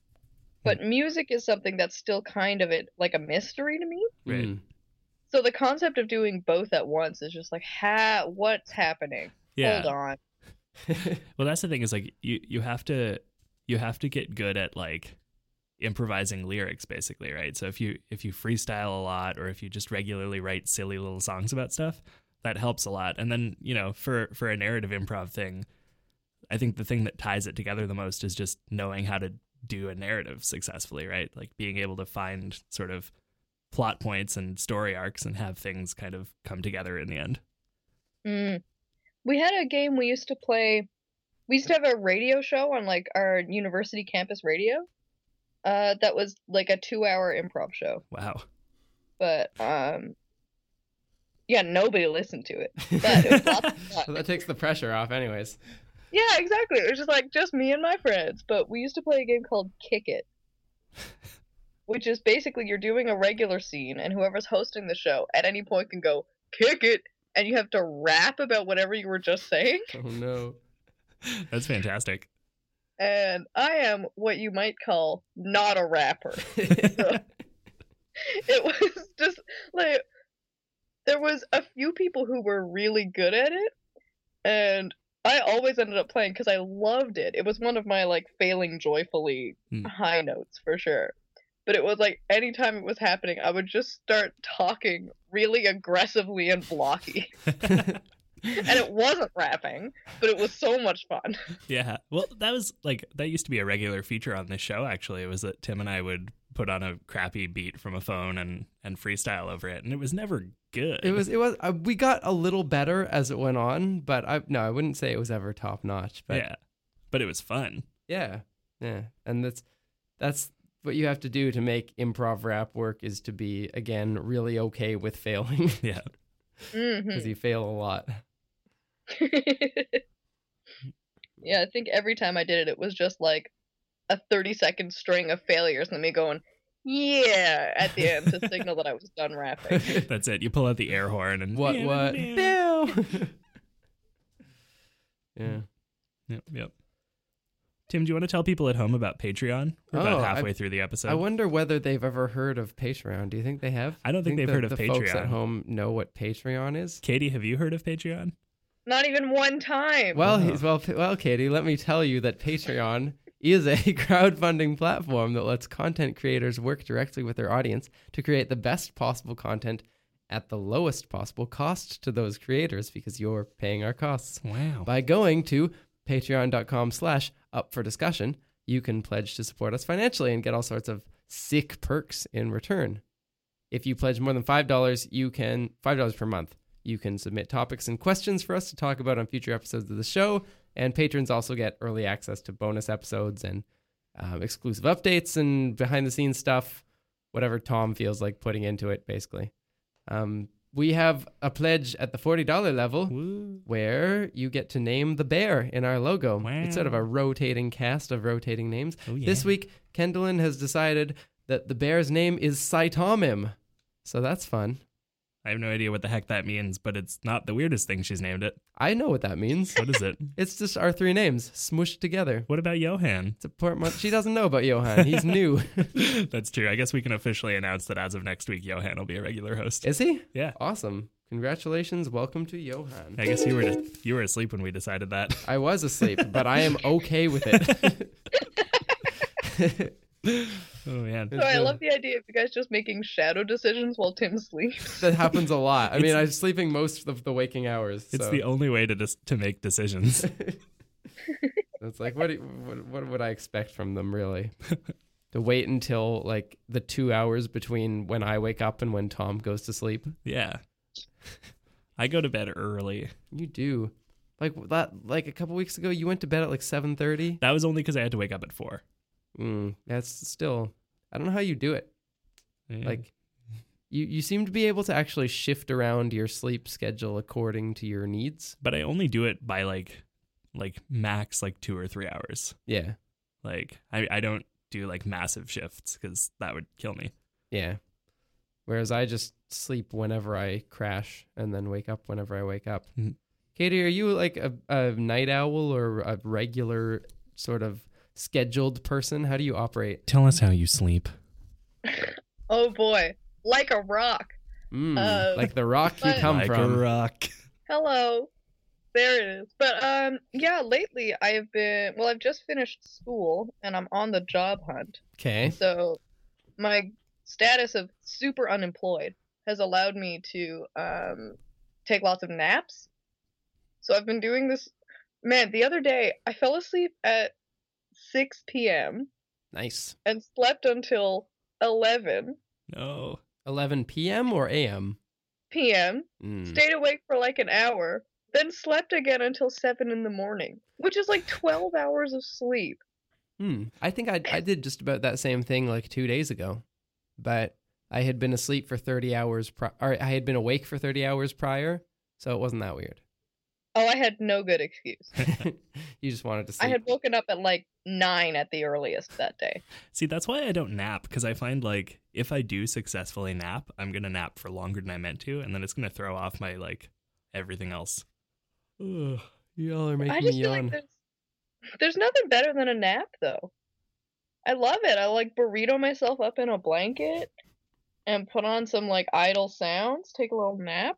Speaker 3: but music is something that's still kind of it like a mystery to me.
Speaker 2: Right.
Speaker 1: Mm.
Speaker 3: So the concept of doing both at once is just like, ha, what's happening?
Speaker 2: yeah.
Speaker 3: Hold on.
Speaker 2: Well, that's the thing is like you you have to you have to get good at like improvising lyrics basically, right? So if you if you freestyle a lot or if you just regularly write silly little songs about stuff, that helps a lot. And then, you know, for for a narrative improv thing, I think the thing that ties it together the most is just knowing how to do a narrative successfully, right? Like being able to find sort of plot points and story arcs and have things kind of come together in the end.
Speaker 3: Mm. We had a game we used to play. We used to have a radio show on like our university campus radio. Uh, that was like a two-hour improv show,
Speaker 2: Wow.
Speaker 3: but um, yeah, nobody listened to it. But it was lots of fun.
Speaker 1: Well, that takes the pressure off, anyways.
Speaker 3: Yeah, exactly. It was just like just me and my friends, but we used to play a game called Kick It, which is basically you're doing a regular scene, and whoever's hosting the show at any point can go kick it, and you have to rap about whatever you were just saying.
Speaker 1: Oh no.
Speaker 2: That's fantastic.
Speaker 3: And I am what you might call not a rapper. It was just like there was a few people who were really good at it, and I always ended up playing because I loved it. It was one of my like failing joyfully
Speaker 2: Hmm.
Speaker 3: high notes for sure. But it was like anytime it was happening, I would just start talking really aggressively and blocky. and it wasn't rapping, but it was so much fun.
Speaker 2: Yeah. Well, that was like that used to be a regular feature on this show. Actually, it was that Tim and I would put on a crappy beat from a phone and and freestyle over it, and it was never good.
Speaker 1: It was. It was. Uh, we got a little better as it went on, but I no, I wouldn't say it was ever top notch. But
Speaker 2: yeah, but it was fun.
Speaker 1: yeah, yeah, and that's that's what you have to do to make improv rap work is to be again really okay with failing
Speaker 2: Yeah,
Speaker 1: because
Speaker 3: Mhm.
Speaker 1: you fail a lot.
Speaker 3: yeah, I think every time I did it, it was just like a 30 second string of failures and me going, yeah, at the end to signal that I was done rapping.
Speaker 2: that's it. You pull out the air horn and
Speaker 1: What? What? Fail. yeah.
Speaker 2: Yep, yep. Tim, do you want to tell people at home about Patreon? We're
Speaker 1: Oh,
Speaker 2: about
Speaker 1: I-
Speaker 2: halfway through the episode.
Speaker 1: I wonder whether they've ever heard of Patreon. Do you think they have?
Speaker 2: I don't think they've
Speaker 1: the,
Speaker 2: heard of
Speaker 1: the Folks
Speaker 2: Patreon.
Speaker 1: at home know what Patreon is.
Speaker 2: Katie, have you heard of Patreon?
Speaker 3: Not even one time.
Speaker 1: Well,
Speaker 2: Wow.
Speaker 1: he's, well, P- well, Katie, let me tell you that Patreon is a crowdfunding platform that lets content creators work directly with their audience to create the best possible content at the lowest possible cost to those creators because you're paying our costs.
Speaker 2: Wow.
Speaker 1: By going to patreon.com slash up for discussion, you can pledge to support us financially and get all sorts of sick perks in return. If you pledge more than $5, you can $5 per month. You can submit topics and questions for us to talk about on future episodes of the show, and patrons also get early access to bonus episodes and um, exclusive updates and behind the scenes stuff, whatever Tom feels like putting into it, basically. Um, we have a pledge at the $40 level
Speaker 2: Woo.
Speaker 1: where you get to name the bear in our logo.
Speaker 2: Wow.
Speaker 1: It's sort of a rotating cast of rotating names.
Speaker 2: Oh, yeah.
Speaker 1: This week, Kendallin has decided that the bear's name is Saitomim. So that's fun.
Speaker 2: I have no idea what the heck that means, but it's not the weirdest thing she's named it.
Speaker 1: I know what that means.
Speaker 2: What is it?
Speaker 1: it's just our three names smooshed together.
Speaker 2: what about Johan?
Speaker 1: It's a portman. She doesn't know about Johan. He's new.
Speaker 2: That's true. I guess we can officially announce that as of next week, Johan will be a regular host.
Speaker 1: is he?
Speaker 2: yeah.
Speaker 1: Awesome. Congratulations. Welcome to Johan.
Speaker 2: I guess you were you were asleep when we decided that.
Speaker 1: I was asleep, but I am okay with it.
Speaker 2: Oh man.
Speaker 3: so I love the idea of you guys just making shadow decisions while Tim sleeps.
Speaker 1: that happens a lot. I mean,
Speaker 2: It's-
Speaker 1: I'm sleeping most of the waking hours.
Speaker 2: It's
Speaker 1: so.
Speaker 2: the only way to dis- to make decisions.
Speaker 1: It's like what, do you- what what would I expect from them really? to wait until like the two hours between when I wake up and when Tom goes to sleep.
Speaker 2: yeah. I go to bed early.
Speaker 1: You do, like that. Like a couple weeks ago, you went to bed at like seven thirty.
Speaker 2: That was only because I had to wake up at four.
Speaker 1: Mm, that's still. I don't know how you do it.
Speaker 2: Yeah.
Speaker 1: Like, you you seem to be able to actually shift around your sleep schedule according to your needs.
Speaker 2: but I only do it by like like max like two or three hours.
Speaker 1: Yeah,
Speaker 2: Like I, I don't do like massive shifts because that would kill me.
Speaker 1: yeah. Whereas I just sleep whenever I crash and then wake up whenever I wake up.
Speaker 2: Mhm.
Speaker 1: Katie, are you like a, a night owl or a regular sort of scheduled person? How do you operate?
Speaker 2: Tell us how you sleep.
Speaker 3: Oh boy, like a rock.
Speaker 1: Mm,
Speaker 3: Uh,
Speaker 1: like the rock you
Speaker 3: but-
Speaker 1: come
Speaker 2: like
Speaker 1: from.
Speaker 2: a rock.
Speaker 3: Hello. There it is. But um yeah, lately I have been well, I've just finished school and I'm on the job hunt.
Speaker 1: okay.
Speaker 3: So my status of super unemployed has allowed me to um, take lots of naps. So I've been doing this. Man, the other day I fell asleep at 6 p.m.
Speaker 1: Nice.
Speaker 3: and slept until 11
Speaker 2: No.
Speaker 1: 11 p.m. or a.m.?
Speaker 3: p.m.,
Speaker 1: Mm.
Speaker 3: stayed awake for like an hour, then slept again until 7 in the morning, which is like 12 hours of sleep.
Speaker 1: Hmm. I think I, I did just about that same thing like two days ago, but I had been asleep for 30 hours, pri- or I had been awake for 30 hours prior, so it wasn't that weird.
Speaker 3: Oh, I had no good excuse.
Speaker 1: you just wanted to sleep.
Speaker 3: I had woken up at like 9 at the earliest that day.
Speaker 2: See, that's why I don't nap because I find like if I do successfully nap, I'm gonna nap for longer than I meant to, and then it's gonna throw off my like everything else.
Speaker 1: Ugh, y'all are making
Speaker 3: I
Speaker 1: me
Speaker 3: just feel
Speaker 1: yawn.
Speaker 3: like there's, there's nothing better than a nap, though. I love it. I like burrito myself up in a blanket and put on some like idle sounds, take a little nap.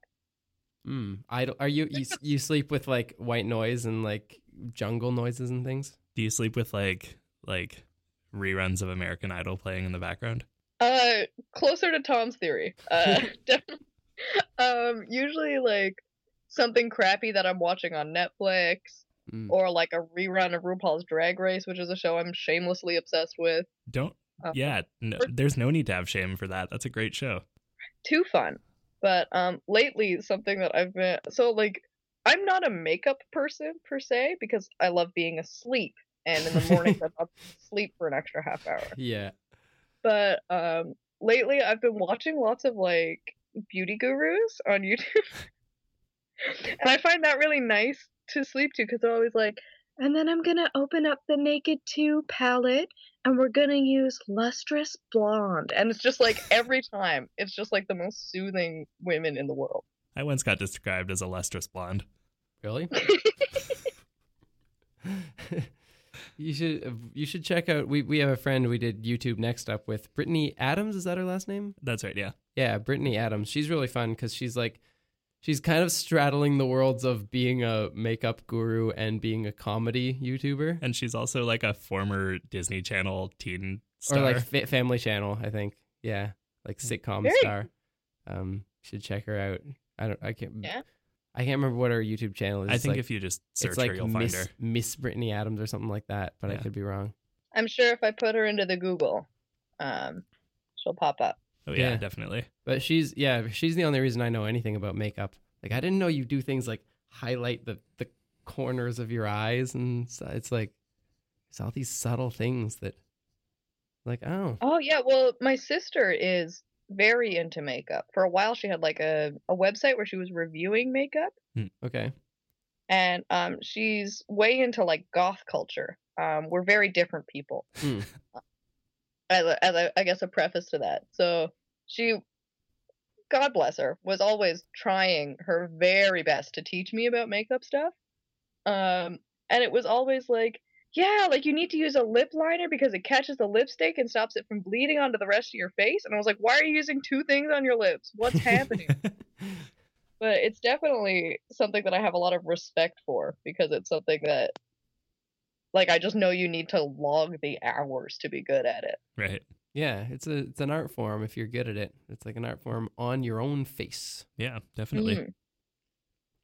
Speaker 1: mm, idle. Are you, you s- you sleep with like white noise and like jungle noises and things?
Speaker 2: Do you sleep with like like reruns of American Idol playing in the background?
Speaker 3: Uh, closer to Tom's theory. Uh, definitely. Um, usually like something crappy that I'm watching on Netflix
Speaker 1: Mm.
Speaker 3: or like a rerun of RuPaul's Drag Race, which is a show I'm shamelessly obsessed with.
Speaker 2: Don't
Speaker 3: Uh,
Speaker 2: Yeah, no, there's no need to have shame for that. That's a great show.
Speaker 3: too fun. But um lately something that I've been so like I'm not a makeup person per se because I love being asleep and in the mornings I'm up sleep for an extra half hour.
Speaker 1: Yeah.
Speaker 3: But um lately I've been watching lots of like beauty gurus on YouTube. and I find that really nice to sleep to because they're always like, and then I'm gonna open up the Naked 2 palette and we're gonna use lustrous blonde. And it's just like every time, it's just like the most soothing women in the world.
Speaker 2: I once got described as a lustrous blonde.
Speaker 1: Really? you should you should check out we, we have a friend we did YouTube next up with Brittany Adams, is that her last name?
Speaker 2: That's right. Yeah.
Speaker 1: Yeah, Brittany Adams. She's really fun because she's like, she's kind of straddling the worlds of being a makeup guru and being a comedy YouTuber,
Speaker 2: And she's also like a former Disney Channel teen star. Mm.
Speaker 1: or like fa- Family Channel, I think. Yeah, like sitcom
Speaker 3: Very-
Speaker 1: star. Um, you should check her out. I don't. I can't.
Speaker 3: Yeah.
Speaker 1: I can't remember what her YouTube channel is.
Speaker 2: I
Speaker 1: It's
Speaker 2: think
Speaker 1: like-
Speaker 2: if you just search
Speaker 1: it's like
Speaker 2: her, you'll
Speaker 1: Miss,
Speaker 2: find her.
Speaker 1: Miss Brittany Adams or something like that, but I
Speaker 2: Yeah.
Speaker 1: could be wrong.
Speaker 3: I'm sure if I put her into the Google, um, she'll pop up.
Speaker 2: Oh yeah,
Speaker 1: Yeah.
Speaker 2: definitely.
Speaker 1: But she's yeah, she's the only reason I know anything about makeup. Like I didn't know you do things like highlight the the corners of your eyes and so it's like it's all these subtle things that like oh
Speaker 3: Oh yeah, well my sister is very into makeup. For a while she had like a, a website where she was reviewing makeup
Speaker 1: okay
Speaker 3: and um she's way into like goth culture. Um we're very different people.
Speaker 1: Hmm.
Speaker 3: As, a, as a, I guess a preface to that. So she God bless her was always trying her very best to teach me about makeup stuff. Um and it was always like yeah, like you need to use a lip liner because it catches the lipstick and stops it from bleeding onto the rest of your face. And I was like, why are you using two things on your lips? What's happening? but it's definitely something that I have a lot of respect for because it's something that, like, I just know you need to log the hours to be good at it.
Speaker 2: Right.
Speaker 1: yeah it's a it's an art form if you're good at it it's like an art form on your own face
Speaker 2: Yeah, definitely.
Speaker 3: Mhm.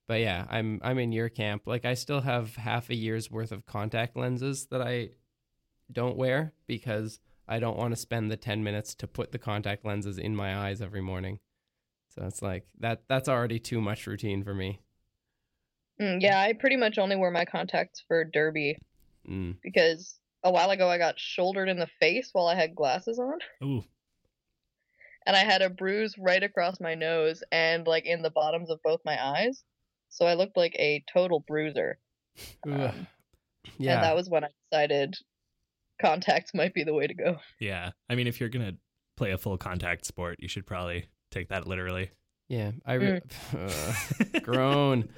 Speaker 1: but yeah i'm i'm in your camp like i still have half a year's worth of contact lenses that i don't wear because i don't want to spend the 10 minutes to put the contact lenses in my eyes every morning so it's like that that's already too much routine for me
Speaker 3: Mm, yeah, I pretty much only wear my contacts for derby
Speaker 1: mm.
Speaker 3: because a while ago I got shouldered in the face while I had glasses on.
Speaker 2: Ooh,
Speaker 3: and I had a bruise right across my nose and like in the bottoms of both my eyes. So I looked like a total bruiser.
Speaker 1: Ugh.
Speaker 3: Um, And
Speaker 1: yeah
Speaker 3: that was when I decided contacts might be the way to go.
Speaker 2: yeah. I mean, if you're gonna play a full contact sport, you should probably take that literally.
Speaker 1: yeah i
Speaker 3: Mm.
Speaker 1: re- Ugh. Uh, grown.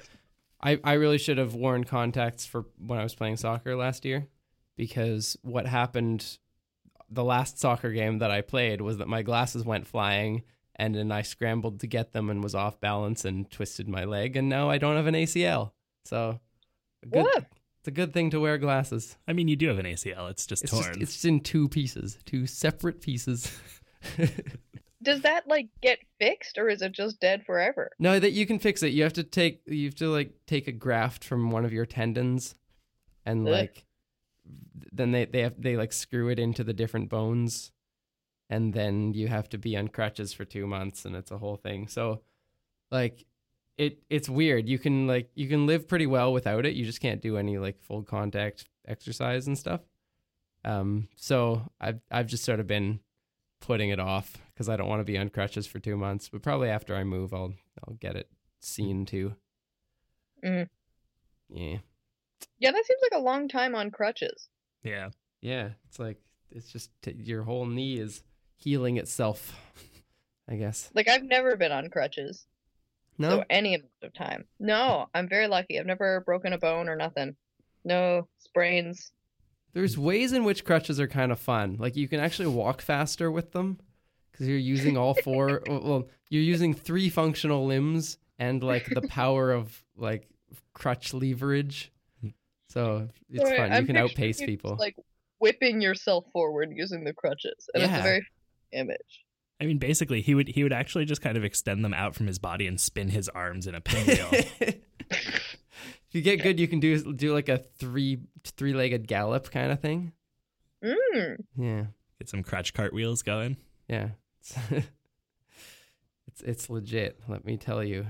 Speaker 1: I, I really should have worn contacts for when I was playing soccer last year because what happened the last soccer game that I played was that my glasses went flying and then I scrambled to get them and was off balance and twisted my leg and now I don't have an ACL. So a good,
Speaker 3: Woof.
Speaker 1: it's a good thing to wear glasses.
Speaker 2: I mean, you do have an ACL. It's just
Speaker 1: It's
Speaker 2: torn.
Speaker 1: just, it's just in two pieces, two separate pieces.
Speaker 3: Does that like get fixed or is it just dead forever?
Speaker 1: No, that you can fix it. You have to take you have to like take a graft from one of your tendons and
Speaker 3: Ugh.
Speaker 1: like then they they have they like screw it into the different bones and then you have to be on crutches for 2 months and it's a whole thing. So like it it's weird. You can like you can live pretty well without it. You just can't do any like full contact exercise and stuff. Um so I've I've just sort of been putting it off because I don't want to be on crutches for two months. But probably after I move, I'll I'll get it seen to.
Speaker 3: Mhm.
Speaker 1: Yeah,
Speaker 3: Yeah, that seems like a long time on crutches.
Speaker 2: yeah.
Speaker 1: yeah. It's like it's just t- your whole knee is healing itself. I guess.
Speaker 3: Like I've never been on crutches.
Speaker 1: No.
Speaker 3: So any amount of time. No, I'm very lucky. I've never broken a bone or nothing. No sprains.
Speaker 1: There's ways in which crutches are kind of fun. Like you can actually walk faster with them because you're using all four. well, well, you're using three functional limbs and like the power of like crutch leverage. So it's
Speaker 3: Sorry,
Speaker 1: fun.
Speaker 3: I'm
Speaker 1: you can
Speaker 3: picturing
Speaker 1: outpace
Speaker 3: you just,
Speaker 1: people.
Speaker 3: Like whipping yourself forward using the crutches, and it's
Speaker 1: Yeah.
Speaker 3: a very image.
Speaker 2: I mean, basically, he would he would actually just kind of extend them out from his body and spin his arms in a pinwheel.
Speaker 1: if you get good, you can do do like a three three legged gallop kind of thing.
Speaker 3: Mm.
Speaker 1: Yeah.
Speaker 2: Get some crotch cartwheels going.
Speaker 1: Yeah. It's, it's it's legit, let me tell you.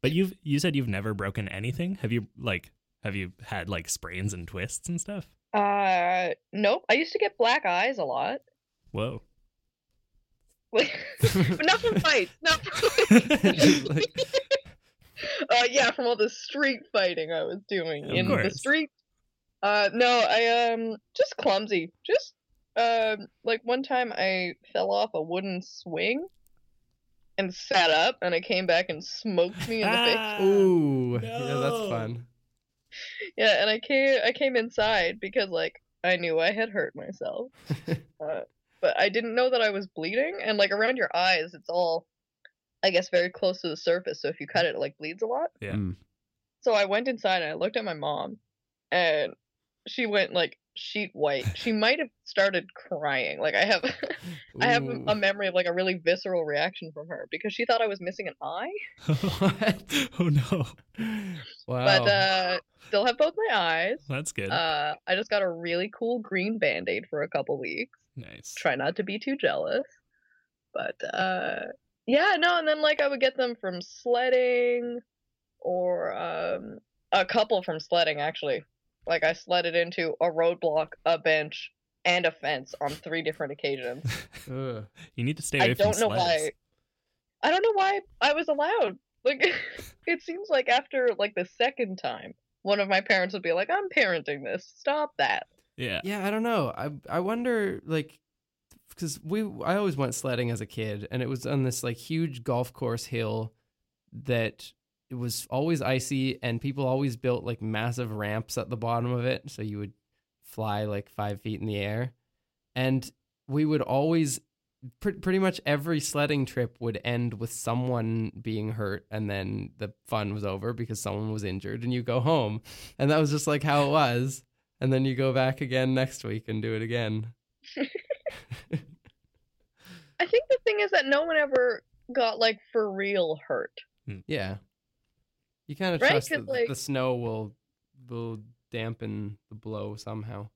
Speaker 2: But you've you said you've never broken anything. Have you like have you had like sprains and twists and stuff?
Speaker 3: Uh, nope. I used to get black eyes a lot.
Speaker 2: Whoa.
Speaker 3: but not from fights. Not from,
Speaker 1: Just like-
Speaker 3: uh, yeah, from all the street fighting I was doing
Speaker 2: Of
Speaker 3: in the
Speaker 2: course.
Speaker 3: street. Uh, no, I um just clumsy. Just um like one time I fell off a wooden swing and sat up, and it came back and smoked me in the face.
Speaker 2: Ah!
Speaker 1: Ooh. Yeah, that's
Speaker 2: No.
Speaker 1: fun.
Speaker 3: Yeah, and I came I came inside because like I knew I had hurt myself. uh, but I didn't know that I was bleeding and like around your eyes it's all I guess very close to the surface, so if you cut it it like bleeds a lot.
Speaker 2: Yeah.
Speaker 1: Mm.
Speaker 3: So I went inside and I looked at my mom and she went like sheet white. She might have started crying. Like I have I have
Speaker 1: Ooh.
Speaker 3: a memory of like a really visceral reaction from her because she thought I was missing an eye.
Speaker 2: oh no.
Speaker 1: Wow.
Speaker 3: But uh still have both my eyes.
Speaker 2: That's good.
Speaker 3: Uh, I just got a really cool green band aid for a couple weeks.
Speaker 2: nice.
Speaker 3: Try not to be too jealous. But uh, yeah, no, and then like I would get them from sledding or um, a couple from sledding actually. Like I sledded into a roadblock, a bench, and a fence on three different occasions.
Speaker 1: Ugh.
Speaker 2: You need to stay away
Speaker 3: I
Speaker 2: from
Speaker 3: don't know
Speaker 2: sleds.
Speaker 3: why. I don't know why I was allowed. Like it seems like after like the second time, one of my parents would be like, "I'm parenting this. Stop that."
Speaker 2: Yeah.
Speaker 1: yeah i don't know i i wonder like because we i always went sledding as a kid and it was on this like huge golf course hill that it was always icy and people always built like massive ramps at the bottom of it so you would fly like five feet in the air and we would always pr- pretty much every sledding trip would end with someone being hurt and then the fun was over because someone was injured and you go home and that was just like how it was and then you go back again next week and do it again
Speaker 3: I think the thing is that no one ever got like for real hurt.
Speaker 1: yeah you kind of
Speaker 3: Right,
Speaker 1: trust
Speaker 3: 'cause,
Speaker 1: that
Speaker 3: like-
Speaker 1: the snow will will dampen the blow somehow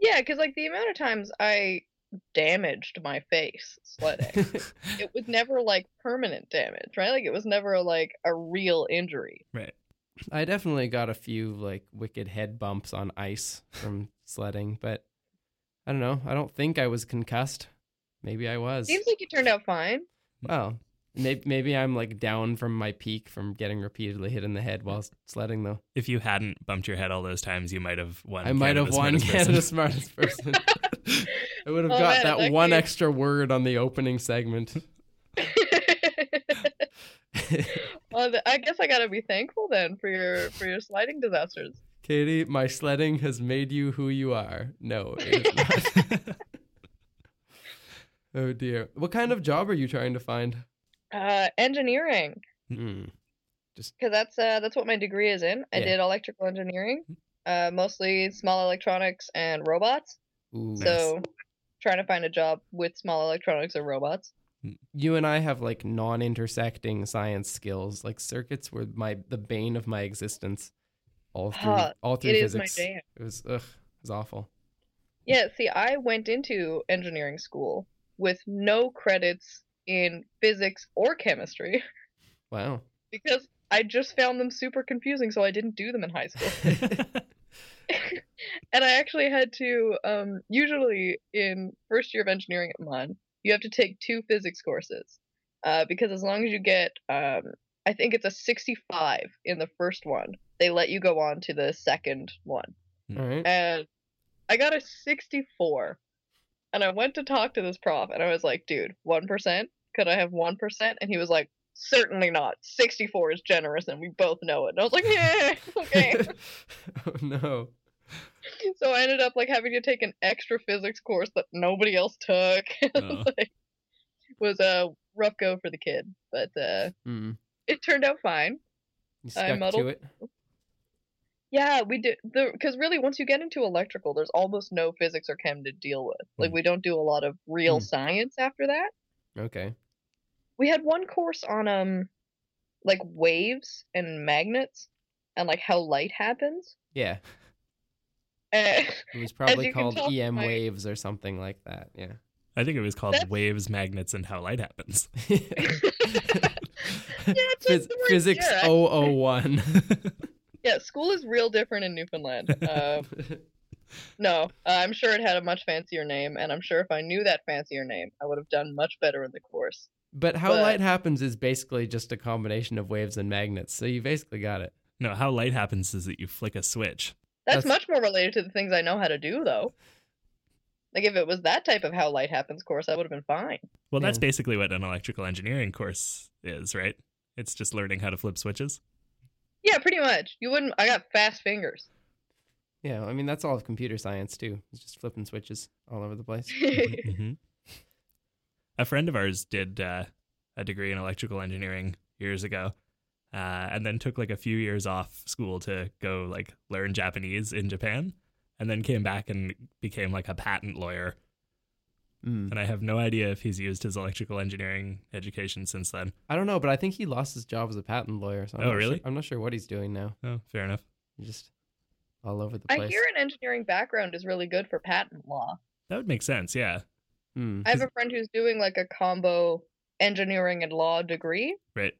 Speaker 3: Yeah, because like the amount of times I damaged my face sledding, it was never like permanent damage, right? Like it was never like a real injury.
Speaker 2: Right.
Speaker 1: I definitely got a few like wicked head bumps on ice from sledding, but I don't know. I don't think I was concussed. Maybe I was.
Speaker 3: Seems like you turned out fine.
Speaker 1: well, maybe, maybe I'm like down from my peak from getting repeatedly hit in the head while sledding, though.
Speaker 2: If you hadn't bumped your head all those times, you might have won.
Speaker 1: I might have
Speaker 2: Canada's
Speaker 1: won
Speaker 2: Smartest Person.
Speaker 1: Canada's smartest person. I would have
Speaker 3: Oh,
Speaker 1: got
Speaker 3: man,
Speaker 1: that
Speaker 3: that
Speaker 1: one
Speaker 3: could-
Speaker 1: extra word on the opening segment.
Speaker 3: well, th- I guess I gotta be thankful then for your for your sliding disasters.
Speaker 1: Katie, my sledding has made you who you are. No, it is not. oh dear. What kind of job are you trying to find?
Speaker 3: Uh, engineering,
Speaker 1: Hmm.
Speaker 3: because that's uh, that's what my degree is in. I
Speaker 1: Yeah.
Speaker 3: did electrical engineering, uh, mostly small electronics and robots.
Speaker 1: Ooh.
Speaker 3: So trying to find a job with small electronics or robots.
Speaker 1: you and I have like non-intersecting science skills. Like circuits were my the bane of my existence. All through
Speaker 3: Huh,
Speaker 1: all through
Speaker 3: It is my
Speaker 1: physics.
Speaker 3: jam.
Speaker 1: It was ugh, it was awful.
Speaker 3: Yeah, see, I went into engineering school with no credits in physics or chemistry
Speaker 1: Wow.
Speaker 3: because I just found them super confusing, so I didn't do them in high school. and I actually had to, um, usually in first year of engineering at Mon, you have to take two physics courses uh, because as long as you get, um, I think it's a 65 in the first one, they let you go on to the second one.
Speaker 2: Hmm.
Speaker 1: All right.
Speaker 3: and I got a 64. And I went to talk to this prof, and I was like, dude, 1%? Could I have 1%? And he was like, certainly not. 64 is generous, and we both know it. And I was like, yeah, okay.
Speaker 1: oh no.
Speaker 3: so I ended up like having to take an extra physics course that nobody else took.
Speaker 2: Oh.
Speaker 3: like, was a rough go for the kid, but uh,
Speaker 1: Mm.
Speaker 3: it turned out fine.
Speaker 1: You stuck
Speaker 3: muddled-
Speaker 1: to it.
Speaker 3: Yeah, we did the because really once you get into electrical, there's almost no physics or chem to deal with. Like
Speaker 2: Mm.
Speaker 3: we don't do a lot of real
Speaker 1: Mm.
Speaker 3: science after that.
Speaker 1: Okay.
Speaker 3: We had one course on um like waves and magnets and like how light happens.
Speaker 1: Yeah.
Speaker 3: Uh,
Speaker 1: It was probably
Speaker 3: you can
Speaker 1: called
Speaker 3: tell from
Speaker 1: EM
Speaker 3: my-
Speaker 1: waves or something like that. Yeah.
Speaker 2: I think it was called
Speaker 3: That's-
Speaker 2: Waves, Magnets, and How Light Happens.
Speaker 3: it's like
Speaker 1: Phys-
Speaker 3: the word
Speaker 1: physics
Speaker 3: yeah.
Speaker 1: 001.
Speaker 3: yeah, school is real different in Newfoundland. Uh, no, I'm sure it had a much fancier name, and I'm sure if I knew that fancier name, I would have done much better in the course.
Speaker 1: but how
Speaker 3: but-
Speaker 1: light happens is basically just a combination of waves and magnets. So you basically got it.
Speaker 2: No, How Light Happens is that you flick a switch.
Speaker 3: That's,
Speaker 1: That's-
Speaker 3: much more related to the things I know how to do, though. Like if it was that type of how light happens course, I would have been fine.
Speaker 2: Well, that's
Speaker 1: Yeah.
Speaker 2: basically what an electrical engineering course is, right? It's just learning how to flip switches.
Speaker 3: Yeah, pretty much. You wouldn't. I got fast fingers.
Speaker 1: Yeah, I mean that's all of computer science too. It's just flipping switches all over the place.
Speaker 2: Mhm. A friend of ours did uh, a degree in electrical engineering years ago, uh, and then took like a few years off school to go like learn Japanese in Japan, and then came back and became like a patent lawyer.
Speaker 1: Mm.
Speaker 2: And I have no idea if he's used his electrical engineering education since then.
Speaker 1: I don't know, but I think he lost his job as a patent lawyer. So I'm
Speaker 2: Oh,
Speaker 1: not sure-
Speaker 2: really?
Speaker 1: I'm not sure what he's doing now.
Speaker 2: Oh, fair enough.
Speaker 1: He's just all over the place.
Speaker 3: I hear an engineering background is really good for patent law.
Speaker 2: That would make sense. Yeah.
Speaker 1: Mm.
Speaker 3: I have a friend who's doing like a combo engineering and law degree,
Speaker 2: Right.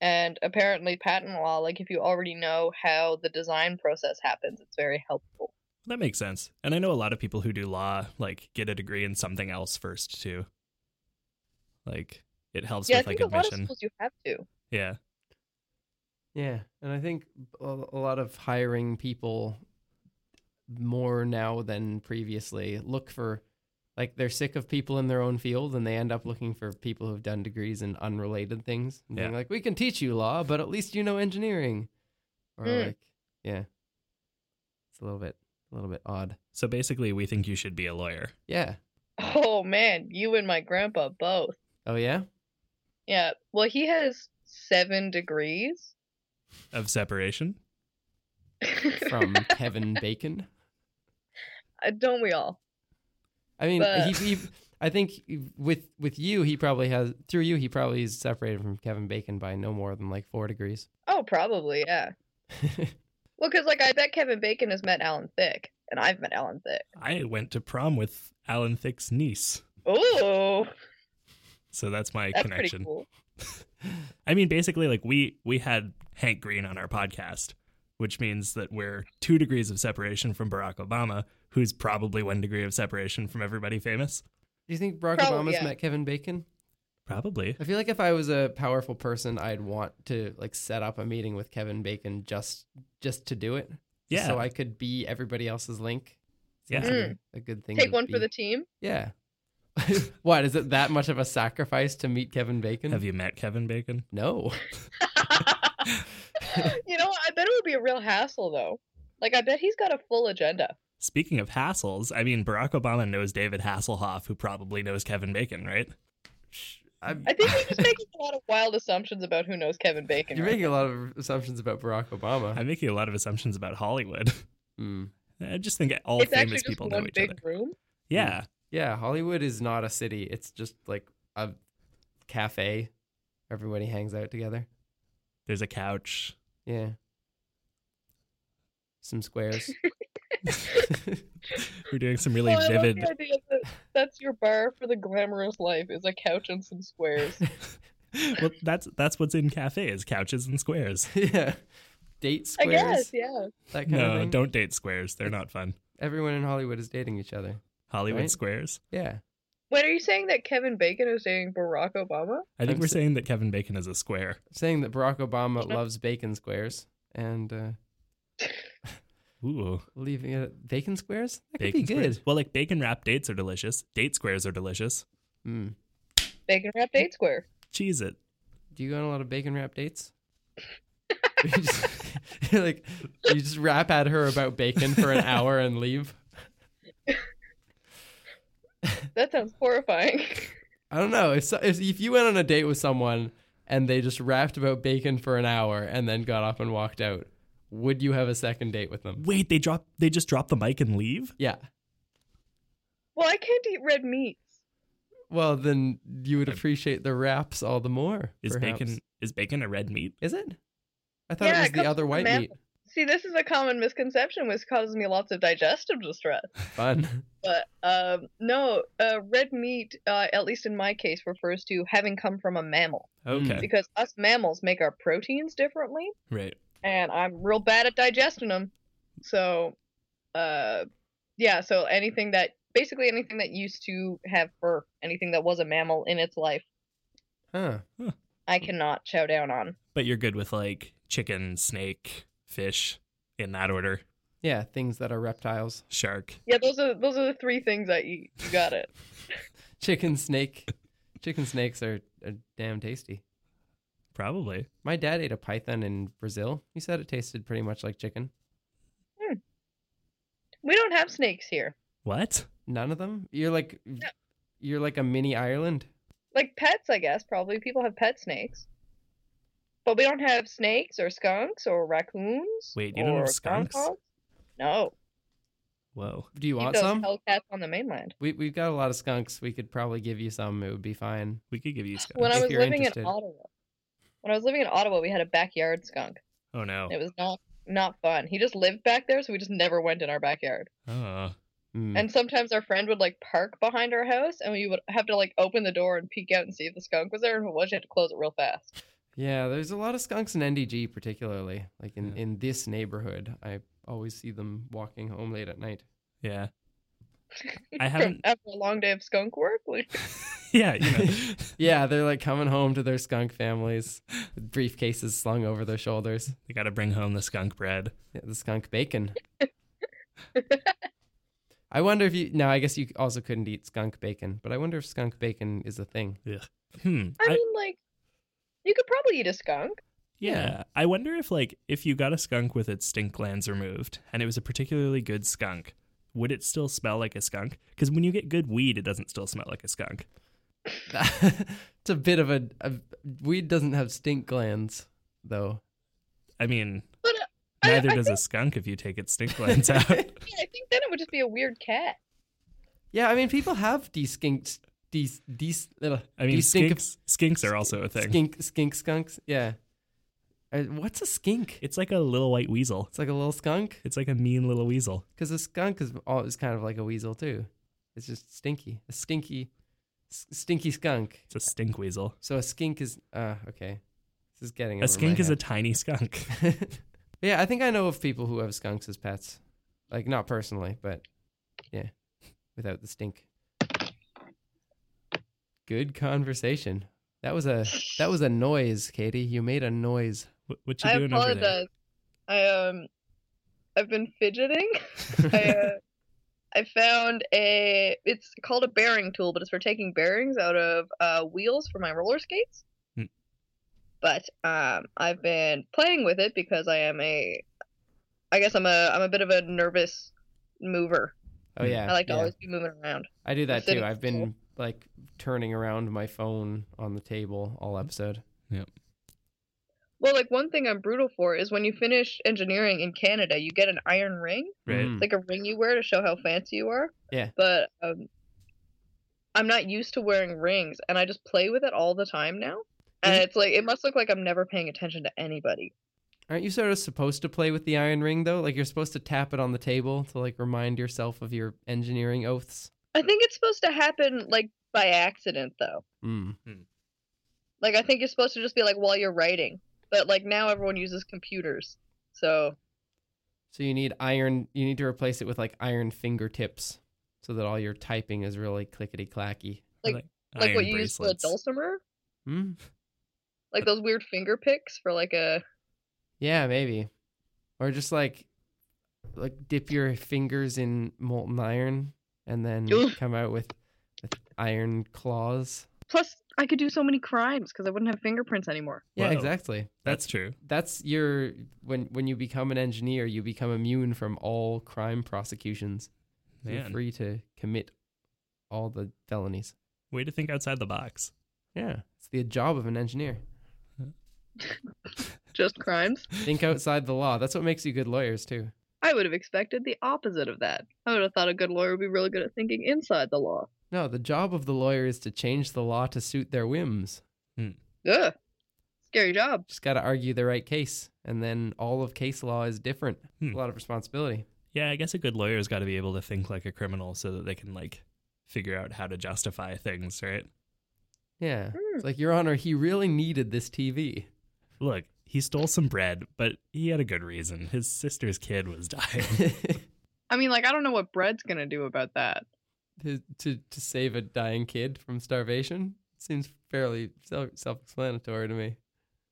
Speaker 3: and apparently patent law, like if you already know how the design process happens, it's very helpful.
Speaker 2: That makes sense. And I know a lot of people who do law like get a degree in something else first too. Like it helps
Speaker 3: yeah, I
Speaker 2: with like
Speaker 3: think a lot of
Speaker 2: admission.
Speaker 3: schools you have to.
Speaker 2: Yeah.
Speaker 1: Yeah, and I think a a lot of hiring people more now than previously look for like they're sick of people in their own field and they end up looking for people who've done degrees in unrelated things and being
Speaker 2: Yeah.
Speaker 1: like we can teach you law but at least you know engineering or
Speaker 3: Mm.
Speaker 1: like yeah it's a little bit a little bit odd
Speaker 2: So basically, we think you should be a lawyer.
Speaker 1: yeah
Speaker 3: Oh man, you and my grandpa both.
Speaker 1: oh yeah
Speaker 3: Yeah. Well, he has seven degrees.
Speaker 2: Of separation?
Speaker 1: from Kevin Bacon
Speaker 3: Uh, Don't we all?
Speaker 1: I mean,
Speaker 3: But-
Speaker 1: he, he, I think with with you, he probably has through you, he probably is separated from Kevin Bacon by no more than like four degrees.
Speaker 3: Oh, probably. Yeah. Well, because like I bet Kevin Bacon has met Alan Thicke, and I've met Alan Thicke.
Speaker 2: I went to prom with Alan Thicke's niece.
Speaker 3: Ooh,
Speaker 2: So that's my
Speaker 3: that's
Speaker 2: connection.
Speaker 3: pretty cool.
Speaker 2: I mean, basically, like we we had Hank Green on our podcast, which means that we're two degrees of separation from Barack Obama, who's probably one degree of separation from everybody famous.
Speaker 1: Do you think Barack
Speaker 3: Probably,
Speaker 1: Obama's
Speaker 3: yeah.
Speaker 1: met Kevin Bacon?
Speaker 2: Probably.
Speaker 1: I feel like if I was a powerful person, I'd want to like set up a meeting with Kevin Bacon just just to do it.
Speaker 2: Yeah.
Speaker 1: So I could be everybody else's link.
Speaker 2: Yeah.
Speaker 1: Seems like a, a good thing.
Speaker 3: Take
Speaker 1: to
Speaker 3: one
Speaker 1: be.
Speaker 3: for the team.
Speaker 1: Yeah. what is it that much of a sacrifice to meet Kevin Bacon?
Speaker 2: Have you met Kevin Bacon?
Speaker 1: No.
Speaker 3: you know, what? I bet it would be a real hassle though. Like I bet he's got a full agenda.
Speaker 2: Speaking of hassles, I mean, Barack Obama knows David Hasselhoff, who probably knows Kevin Bacon, right?
Speaker 3: I think he's just making a lot of wild assumptions about who knows Kevin Bacon.
Speaker 1: You're
Speaker 3: right
Speaker 1: making a lot of assumptions about Barack Obama.
Speaker 2: I'm making a lot of assumptions about Hollywood.
Speaker 1: Hmm.
Speaker 2: I just think all
Speaker 3: now. It's actually
Speaker 2: famous
Speaker 3: just
Speaker 2: people know
Speaker 3: one
Speaker 2: each
Speaker 3: big
Speaker 2: other.
Speaker 3: room.
Speaker 2: Yeah.
Speaker 1: Yeah, Hollywood is not a city. It's just like a cafe. Everybody hangs out together.
Speaker 2: There's a couch.
Speaker 1: Yeah. Some squares.
Speaker 2: We're doing some really
Speaker 3: Oh, I love
Speaker 2: vivid.
Speaker 3: the idea that that's your bar for the glamorous life is a couch and some squares.
Speaker 2: well, that's that's what's in cafes, couches and squares.
Speaker 1: yeah. Date
Speaker 3: I
Speaker 1: squares.
Speaker 3: guess, yeah.
Speaker 1: That kind of
Speaker 2: No,
Speaker 1: thing.
Speaker 2: don't date squares. They're not fun.
Speaker 1: Everyone in Hollywood is dating each other.
Speaker 2: Hollywood
Speaker 1: Right?
Speaker 2: squares.
Speaker 1: Yeah.
Speaker 3: Wait, are you saying that Kevin Bacon is dating Barack Obama?
Speaker 2: I think
Speaker 1: I'm
Speaker 2: we're
Speaker 1: s-
Speaker 2: saying that Kevin Bacon is a square.
Speaker 1: Saying that Barack Obama
Speaker 3: Yeah.
Speaker 1: loves bacon squares and uh,
Speaker 2: Ooh,
Speaker 1: leaving it at bacon squares? That
Speaker 2: bacon
Speaker 1: could be
Speaker 2: squares.
Speaker 1: good.
Speaker 2: Well, like bacon wrap dates are delicious. Date squares are delicious.
Speaker 1: Mm.
Speaker 3: Bacon wrapped date square.
Speaker 2: Cheese it.
Speaker 1: Do you go on a lot of bacon wrap dates? you just, you're like you just rap at her about bacon for an hour and leave.
Speaker 3: That sounds horrifying.
Speaker 1: I don't know if so, if if you went on a date with someone and they just rapped about bacon for an hour and then got up and walked out, would you have a second date with them?
Speaker 2: Wait, they drop. They just drop the mic and leave.
Speaker 1: Yeah.
Speaker 3: well, I can't eat red meats.
Speaker 1: Well, then you would appreciate the raps all the more.
Speaker 2: Is
Speaker 1: perhaps.
Speaker 2: bacon is bacon a red meat?
Speaker 1: Is it? I thought it
Speaker 3: Yeah, it
Speaker 1: was the
Speaker 3: comes
Speaker 1: other
Speaker 3: from
Speaker 1: white
Speaker 3: mammal-
Speaker 1: meat.
Speaker 3: see, this is a common misconception, which causes me lots of digestive distress.
Speaker 1: Fun.
Speaker 3: But um, no, uh, red meat, uh, at least in my case, refers to having come from a mammal
Speaker 2: Okay.
Speaker 3: because us mammals make our proteins differently,
Speaker 2: Right.
Speaker 3: and I'm real bad at digesting them. So, uh, yeah, so anything that basically anything that used to have fur, anything that was a mammal in its life,
Speaker 1: Huh.
Speaker 3: I cannot chow down on.
Speaker 2: But you're good with like chicken, snake, fish in that order,
Speaker 1: Yeah, things that are reptiles.
Speaker 2: shark.
Speaker 3: Yeah, those are those are the three things I eat. You got it.
Speaker 1: Chicken snake. Chicken snakes are, are damn tasty.
Speaker 2: Probably.
Speaker 1: My dad ate a python in Brazil. He said it tasted pretty much like chicken.
Speaker 3: We don't have snakes here.
Speaker 2: What?
Speaker 1: None of them. You're like, you're like a mini Ireland.
Speaker 3: Like pets, I guess, probably. People have pet snakes. But we don't have snakes or skunks or raccoons.
Speaker 2: Wait, you don't have
Speaker 3: or
Speaker 2: skunks?
Speaker 3: groundhogs. No.
Speaker 2: Whoa.
Speaker 1: Do you
Speaker 3: Keep
Speaker 1: want
Speaker 3: those
Speaker 1: some?
Speaker 3: Hellcats on the mainland.
Speaker 1: We we've got a lot of skunks. We could probably give you some. It would be fine.
Speaker 2: We could give you skunk.
Speaker 3: When I
Speaker 1: if
Speaker 3: was
Speaker 1: you're
Speaker 3: living
Speaker 1: interested.
Speaker 3: in Ottawa, when I was living in Ottawa, we had a backyard skunk.
Speaker 2: oh no.
Speaker 3: It was not not fun. He just lived back there, so we just never went in our backyard.
Speaker 2: Oh.
Speaker 1: Mm.
Speaker 3: And sometimes our friend would like park behind our house, and we would have to like open the door and peek out and see if the skunk was there. And if it was, you had to close it real fast.
Speaker 1: yeah, there's a lot of skunks in NDG, particularly like in
Speaker 2: Yeah.
Speaker 1: in this neighborhood. I always see them walking home late at night.
Speaker 2: Yeah. I
Speaker 3: From-
Speaker 2: haven't.
Speaker 3: after a long day of skunk work. Like,
Speaker 2: Yeah. You know.
Speaker 1: Yeah, they're like coming home to their skunk families, with briefcases slung over their shoulders.
Speaker 2: they got to bring home the skunk bread.
Speaker 1: Yeah, the skunk bacon. I wonder if you now. I guess you also couldn't eat skunk bacon, but I wonder if skunk bacon is a thing.
Speaker 2: Hmm.
Speaker 3: I
Speaker 2: I-
Speaker 3: mean, like, you could probably eat a skunk.
Speaker 2: yeah. I wonder if like if you got a skunk with its stink glands removed and it was a particularly good skunk, would it still smell like a skunk? Because when you get good weed, it doesn't still smell like a skunk.
Speaker 1: it's a bit of a, a weed doesn't have stink glands though.
Speaker 2: I mean,
Speaker 3: But, uh, I-
Speaker 2: neither
Speaker 3: I
Speaker 2: does a skunk if you take its stink glands out.
Speaker 3: Yeah, I think then it would just be a weird cat.
Speaker 1: Yeah, I mean, people have deskinked, des, des, uh,
Speaker 2: I mean,
Speaker 1: destink-
Speaker 2: skinks, skinks are also a thing.
Speaker 1: skink, skink skunks. Yeah, Uh, what's a skink?
Speaker 2: It's like a little white weasel.
Speaker 1: It's like a little skunk
Speaker 2: It's like a mean little weasel.
Speaker 1: because a skunk is all is kind of like a weasel too. It's just stinky, a stinky, s- stinky skunk.
Speaker 2: It's a stink weasel.
Speaker 1: So a skink is uh okay. This is getting
Speaker 2: A skink is a tiny skunk.
Speaker 1: a. yeah, I think I know of people who have skunks as pets, like not personally, but yeah, without the stink. Good conversation. That was a that was a noise, Katie. You made a noise.
Speaker 2: What, what you
Speaker 3: I
Speaker 2: doing over there?
Speaker 3: apologize. I um, I've been fidgeting. I uh, I found a. It's called a bearing tool, but it's for taking bearings out of uh, wheels for my roller skates.
Speaker 2: Hmm.
Speaker 3: But um, I've been playing with it because I am a. I guess I'm a I'm a bit of a nervous mover.
Speaker 1: oh yeah,
Speaker 3: I like to
Speaker 1: yeah.
Speaker 3: always be moving around.
Speaker 1: I do that too.
Speaker 3: sitting
Speaker 1: I've
Speaker 3: still.
Speaker 1: been like turning around my phone on the table all episode.
Speaker 3: Well, like one thing I'm brutal for is when you finish engineering in Canada, you get an iron ring,
Speaker 2: Right.
Speaker 1: Mm.
Speaker 3: like a ring you wear to show how fancy you are.
Speaker 1: Yeah.
Speaker 3: But um, I'm not used to wearing rings, and I just play with it all the time now. And
Speaker 1: Is it-
Speaker 3: it's like it must look like I'm never paying attention to anybody.
Speaker 1: Aren't you sort of supposed to play with the iron ring though? Like you're supposed to tap it on the table to like remind yourself of your engineering oaths.
Speaker 3: I think it's supposed to happen like by accident though.
Speaker 1: Mm.
Speaker 3: Like I think you're supposed to just be like while you're writing, but like now everyone uses computers, so
Speaker 1: So you need iron. You need to replace it with like iron fingertips, so that all your typing is really clickety clacky.
Speaker 3: like what
Speaker 2: Iron
Speaker 3: you use
Speaker 2: bracelets.
Speaker 3: for a dulcimer,
Speaker 1: Hmm.
Speaker 3: like those weird finger picks for like a
Speaker 1: Yeah, maybe, or just like, like dip your fingers in molten iron and then
Speaker 3: Oof.
Speaker 1: come out with, with iron claws.
Speaker 3: Plus, I could do so many crimes because I wouldn't have fingerprints anymore.
Speaker 1: Yeah,
Speaker 2: Wow.
Speaker 1: exactly.
Speaker 2: That's true.
Speaker 1: That's your when when you become an engineer, you become immune from all crime prosecutions. You're
Speaker 2: Man.
Speaker 1: free to commit all the felonies.
Speaker 2: Way to think outside the box.
Speaker 1: Yeah, it's the job of an engineer.
Speaker 3: Just crimes.
Speaker 1: Think outside the law. That's what makes you good lawyers too.
Speaker 3: I would have expected the opposite of that. I would have thought a good lawyer would be really good at thinking inside the law.
Speaker 1: No, the job of the lawyer is to change the law to suit their whims.
Speaker 3: Ugh. Scary job.
Speaker 1: Just got to argue the right case, and then all of case law is different.
Speaker 2: Hmm.
Speaker 1: A lot of responsibility.
Speaker 2: Yeah, I guess a good lawyer's got to be able to think like a criminal so that they can like figure out how to justify things, right?
Speaker 1: Yeah.
Speaker 3: Hmm.
Speaker 1: It's like, Your Honor, he really needed this TV.
Speaker 2: Look, he stole some bread, but he had a good reason. His sister's kid was dying.
Speaker 3: I mean, like, I don't know what Bread's gonna do about that.
Speaker 1: to, to to save a dying kid from starvation seems fairly self self-explanatory to me.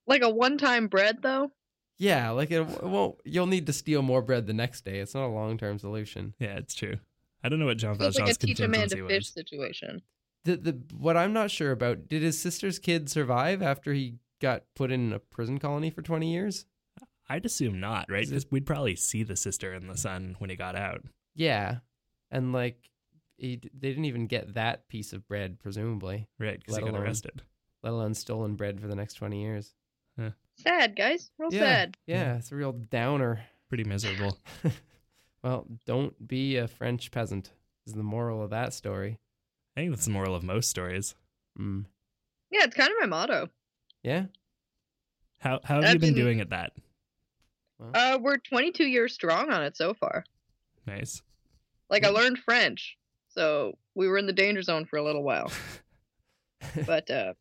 Speaker 3: Like a one-time bread, though.
Speaker 1: Yeah, like it, it won't. You'll need to steal more bread the next day. It's not a long-term solution.
Speaker 2: yeah, it's true. I don't know what John
Speaker 3: So it's like a
Speaker 2: Valjean's
Speaker 3: teach a man
Speaker 2: contingency
Speaker 3: to fish
Speaker 2: was.
Speaker 3: situation.
Speaker 1: The the what I'm not sure about. Did his sister's kid survive after he got put in a prison colony for 20 years?
Speaker 2: I'd assume not, right?
Speaker 1: Is it-
Speaker 2: Because we'd probably see the sister and the son when he got out.
Speaker 1: Yeah, and like he, d- they didn't even get that piece of bread, presumably,
Speaker 2: Right, because
Speaker 1: Let
Speaker 2: he got
Speaker 1: alone-
Speaker 2: arrested.
Speaker 1: let alone stolen bread for the next 20 years.
Speaker 3: Sad, guys. Real
Speaker 1: Yeah.
Speaker 3: sad.
Speaker 1: Yeah, it's a real downer.
Speaker 2: Pretty miserable.
Speaker 1: well, don't be a French peasant is the moral of that story.
Speaker 2: I think that's the moral of most stories.
Speaker 1: Mm.
Speaker 3: Yeah, it's kind of my motto.
Speaker 1: Yeah.
Speaker 2: How how have
Speaker 3: I've
Speaker 2: you been
Speaker 3: been-
Speaker 2: doing at that?
Speaker 3: Uh, we're 22 years strong on it so far.
Speaker 2: Nice.
Speaker 3: Like, I learned French, so we were in the danger zone for a little while. but uh,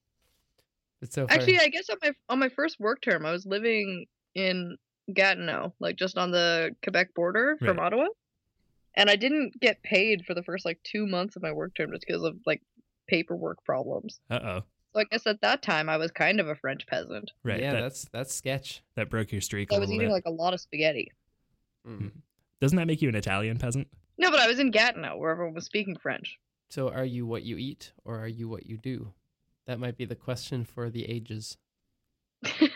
Speaker 1: But so far,
Speaker 3: actually, I guess on my on my first work term, I was living in Gatineau, like just on the Quebec border from
Speaker 2: Right.
Speaker 3: Ottawa, and I didn't get paid for the first like two months of my work term just because of like paperwork problems.
Speaker 2: Uh oh.
Speaker 3: So I guess at that time, I was kind of a French peasant.
Speaker 2: Right.
Speaker 1: yeah,
Speaker 2: that,
Speaker 1: that's that's sketch.
Speaker 2: that broke your streak a
Speaker 3: I was
Speaker 2: little bit.
Speaker 3: eating like a lot of spaghetti.
Speaker 2: Hmm.
Speaker 1: Mm.
Speaker 2: Doesn't that make you an Italian peasant?
Speaker 3: No, but I was in Gatineau where everyone was speaking French.
Speaker 1: So, are you what you eat, or are you what you do? That might be the question for the ages.
Speaker 3: I'd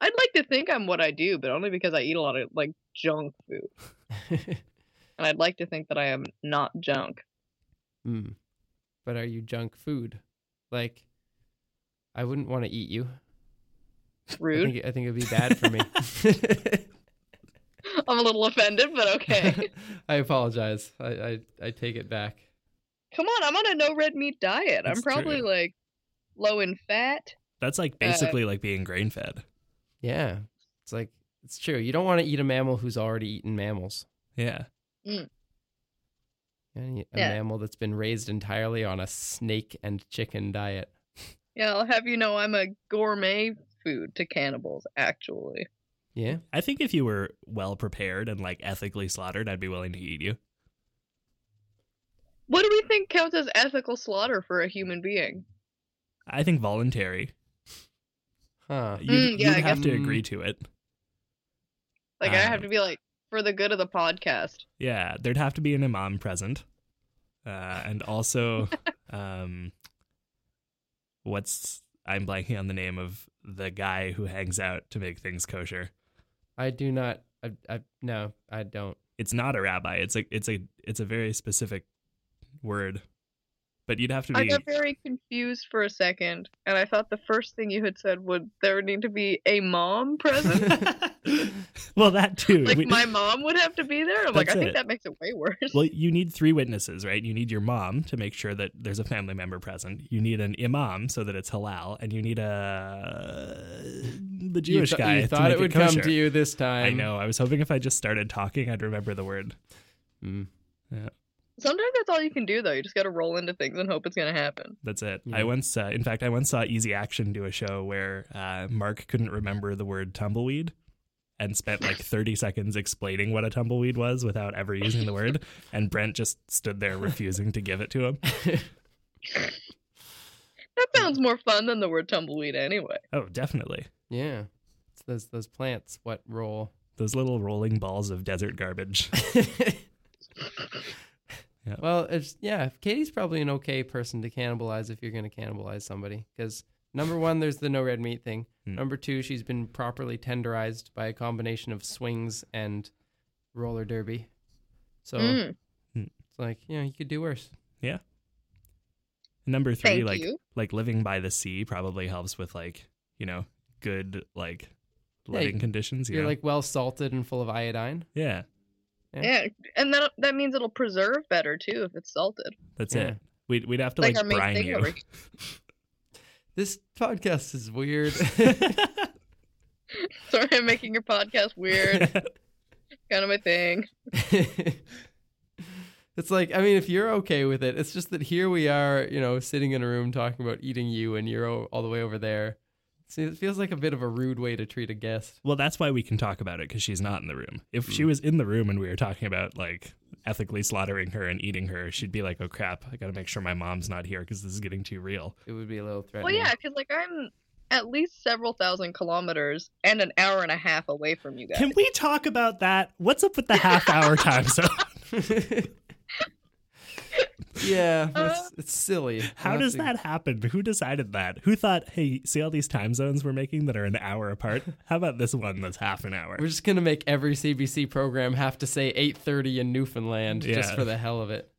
Speaker 3: like to think I'm what I do, but only because I eat a lot of like junk food. And I'd like to think that I am not junk.
Speaker 2: Hmm.
Speaker 1: mm. But are you junk food? Like, I wouldn't want to eat you. I
Speaker 3: Rude.
Speaker 1: think, I think it'd be bad for me.
Speaker 3: I'm a little offended, but okay.
Speaker 1: I apologize. I, I I take it back.
Speaker 3: Come on, I'm on a no red meat diet.
Speaker 2: That's
Speaker 3: I'm probably
Speaker 2: true.
Speaker 3: like low in fat.
Speaker 2: That's
Speaker 3: Uh,
Speaker 2: like basically like being grain fed.
Speaker 1: Yeah, it's like it's true. You don't want to eat a mammal who's already eaten mammals.
Speaker 2: Yeah.
Speaker 1: And a
Speaker 3: Yeah.
Speaker 1: mammal that's been raised entirely on a snake and chicken diet.
Speaker 3: Yeah, I'll have you know I'm a gourmet food to cannibals, actually.
Speaker 1: Yeah.
Speaker 2: I think if you were well prepared and like ethically slaughtered, I'd be willing to eat you.
Speaker 3: What do we think counts as ethical slaughter for a human being?
Speaker 2: I think voluntary.
Speaker 1: Huh.
Speaker 2: You'd,
Speaker 3: Mm, yeah,
Speaker 2: you'd
Speaker 3: I
Speaker 2: have to
Speaker 1: guess-
Speaker 2: agree to it.
Speaker 3: Like, I have
Speaker 2: Um,
Speaker 3: to be like, for the good of the podcast.
Speaker 2: Yeah, there'd have to be an imam present, uh, and also, um, what's I'm blanking on the name of the guy who hangs out to make things kosher.
Speaker 1: I do not. I, I no. I don't.
Speaker 2: It's not a rabbi. It's a it's a it's a very specific word, but you'd have to
Speaker 3: I
Speaker 2: be
Speaker 3: got very confused for a second, and I thought the first thing you had said would there would need to be a mom present.
Speaker 2: well that too.
Speaker 3: like
Speaker 2: We-
Speaker 3: my mom would have to be there. I'm like,
Speaker 2: That's
Speaker 3: I think
Speaker 2: it.
Speaker 3: that makes it way worse.
Speaker 2: Well, you need three witnesses, right? You need your mom to make sure that there's a family member present. You need an imam so that it's halal, and you need a the
Speaker 1: You
Speaker 2: Jewish
Speaker 1: thought-
Speaker 2: guy.
Speaker 1: You
Speaker 2: to
Speaker 1: thought
Speaker 2: make
Speaker 1: it would
Speaker 2: kosher.
Speaker 1: come to you this time.
Speaker 2: I know. I was hoping if I just started talking, I'd remember the word.
Speaker 1: Mm.
Speaker 3: Sometimes that's all you can do, though. You just got to roll into things and hope it's gonna happen.
Speaker 2: That's it.
Speaker 1: Yeah.
Speaker 2: I once, uh, in fact, I once saw Easy Action do a show where uh, Mark couldn't remember the word tumbleweed and spent like 30 seconds explaining what a tumbleweed was without ever using the word. And Brent just stood there refusing to give it to him.
Speaker 3: That sounds more fun than the word tumbleweed, anyway.
Speaker 2: Oh, definitely.
Speaker 1: Yeah. It's those those plants. What role?
Speaker 2: Those little rolling balls of desert garbage. Yeah.
Speaker 1: Well, it's yeah. Katie's probably an okay person to cannibalize if you're going to cannibalize somebody. Because number one, there's the no red meat thing.
Speaker 2: Mm.
Speaker 1: Number two, she's been properly tenderized by a combination of swings and roller derby. So
Speaker 3: Mm,
Speaker 1: it's like, yeah, you could do worse.
Speaker 2: Number three,
Speaker 3: thank
Speaker 2: like
Speaker 3: you.
Speaker 2: like living by the sea probably helps with like, you know, good like living conditions. You
Speaker 1: You're
Speaker 2: know?
Speaker 1: like well salted and full of iodine.
Speaker 2: yeah,
Speaker 3: Yeah, and that that means it'll preserve better too if it's salted.
Speaker 2: that's
Speaker 1: Yeah.
Speaker 2: it. We'd, we'd have to
Speaker 3: Like,
Speaker 2: like,
Speaker 3: our main
Speaker 2: brine
Speaker 3: thing
Speaker 2: you.
Speaker 3: over here.
Speaker 1: This podcast is weird.
Speaker 3: Sorry, I'm making your podcast weird. kind of my thing.
Speaker 1: it's like, I mean, if you're okay with it, it's just that here we are, you know, sitting in a room talking about eating you and you're o- all the way over there. See, it feels like a bit of a rude way to treat a guest.
Speaker 2: well, that's why we can talk about it because she's not in the room. If she was in the room and we were talking about like ethically slaughtering her and eating her, she'd be like, "Oh crap, I got to make sure my mom's not here because this is getting too real."
Speaker 1: It would be a little
Speaker 3: Well,
Speaker 1: threatening.
Speaker 3: yeah, because like I'm at least several thousand kilometers and an hour and a half away from you guys.
Speaker 2: Can we talk about that? What's up with the half hour time zone?
Speaker 1: yeah, it's, it's silly.
Speaker 2: How
Speaker 1: We'll
Speaker 2: does
Speaker 1: have to-
Speaker 2: that happen? Who decided that? Who thought, hey, see all these time zones we're making that are an hour apart? How about this one that's half an hour?
Speaker 1: We're just gonna make every CBC program have to say 8:30 in Newfoundland just
Speaker 2: Yeah.
Speaker 1: for the hell of it.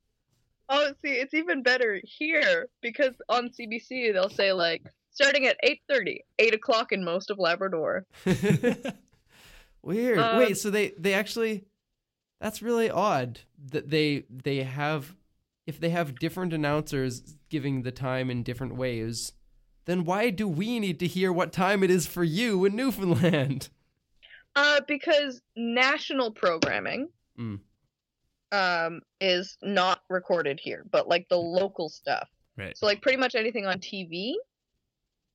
Speaker 3: Oh, see, it's even better here because on CBC they'll say like starting at 8:30, 8 o'clock in most of Labrador.
Speaker 1: Weird.
Speaker 3: Um,
Speaker 1: Wait, so they they actually that's really odd that they they have if they have different announcers giving the time in different ways, then why do we need to hear what time it is for you in Newfoundland?
Speaker 3: Uh, because national programming
Speaker 1: Mm.
Speaker 3: um is not recorded here, but like the local stuff.
Speaker 2: Right.
Speaker 3: So like pretty much anything on TV,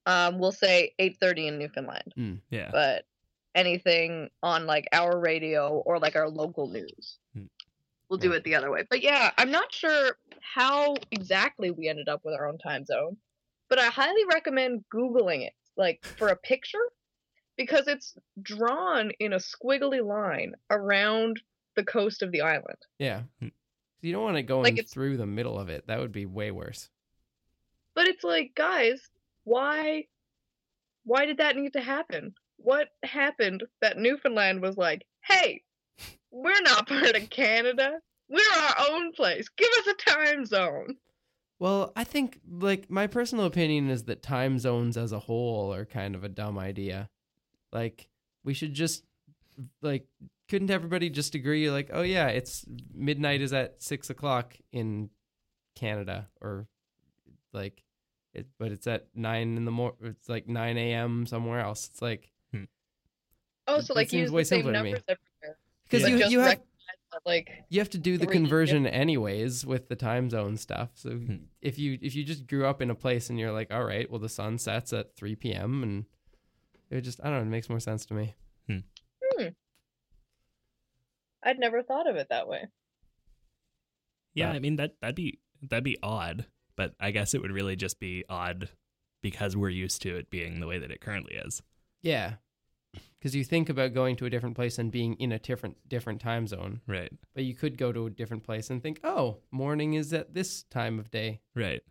Speaker 3: um, will say 8:30 in Newfoundland,
Speaker 2: Yeah.
Speaker 3: but anything on like our radio or like our local news,
Speaker 2: Hmm.
Speaker 3: we'll do
Speaker 2: Right.
Speaker 3: it the other way. But yeah, I'm not sure how exactly we ended up with our own time zone, but I highly recommend googling it, like for a picture, because it's drawn in a squiggly line around the coast of the island.
Speaker 1: Yeah.
Speaker 2: Hmm.
Speaker 1: You don't want it going
Speaker 3: it's-
Speaker 1: through the middle of it. That would be way worse.
Speaker 3: But it's like, guys, why why did that need to happen? What happened that Newfoundland was like, "Hey, we're not part of Canada. We're our own place. Give us a time zone."
Speaker 1: Well, I think like my personal opinion is that time zones as a whole are kind of a dumb idea. Like we should just like couldn't everybody just agree like oh yeah it's midnight is at six o'clock in Canada or like it but it's at nine in the morning it's like nine a.m. somewhere else it's like
Speaker 3: Oh,
Speaker 1: That-
Speaker 3: so
Speaker 1: that
Speaker 3: like
Speaker 1: seems
Speaker 3: use
Speaker 1: way
Speaker 3: the same
Speaker 1: simpler to me.
Speaker 3: numbers everywhere.
Speaker 1: because
Speaker 2: Yeah.
Speaker 1: you
Speaker 3: But just
Speaker 1: you have
Speaker 3: recognize that, like
Speaker 1: you have to do the
Speaker 3: Three
Speaker 1: conversion anyways with the time zone stuff. So
Speaker 2: Hmm.
Speaker 1: if you if you just grew up in a place and you're like, all right, well the sun sets at three p.m. and it would just I don't know, it makes more sense to me.
Speaker 3: I'd never thought of it that way.
Speaker 2: yeah,
Speaker 1: but-
Speaker 2: I mean that that'd be that'd be odd, but I guess it would really just be odd because we're used to it being the way that it currently is.
Speaker 1: Yeah, because you think about going to a different place and being in a different different time zone,
Speaker 2: Right.
Speaker 1: but you could go to a different place and think, oh, morning is at this time of day.
Speaker 2: Right.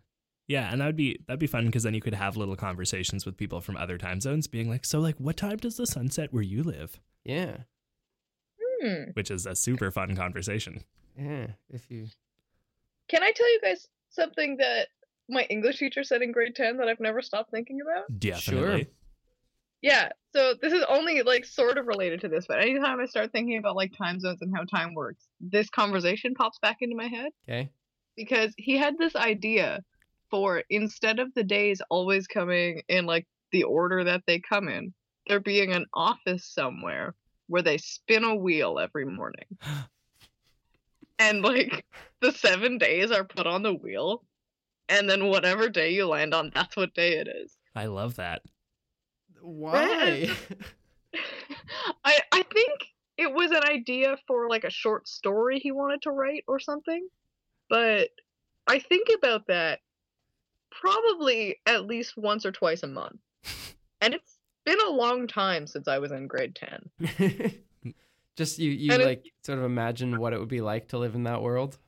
Speaker 2: Yeah, and that would be that'd be fun because then you could have little conversations with people from other time zones, being like, "So, like, what time does the sun set where you live?"
Speaker 1: Yeah,
Speaker 3: Hmm.
Speaker 2: Which is a super fun conversation.
Speaker 1: yeah. If you
Speaker 3: Can I tell you guys something that my English teacher said in grade 10 that I've never stopped thinking about?
Speaker 2: Definitely.
Speaker 1: Sure.
Speaker 3: Yeah, so this is only like sort of related to this, but anytime I start thinking about like time zones and how time works, this conversation pops back into my head
Speaker 1: okay,
Speaker 3: because he had this idea for instead of the days always coming in like the order that they come in, there being an office somewhere where they spin a wheel every morning. and like the seven days are put on the wheel, and then whatever day you land on, that's what day it is.
Speaker 2: I love that.
Speaker 1: why?
Speaker 3: I I think it was an idea for like a short story he wanted to write or something. But I think about that probably at least once or twice a month. And it's been a long time since I was in grade 10.
Speaker 1: just you you
Speaker 3: And it-
Speaker 1: like sort of imagine what it would be like to live in that world.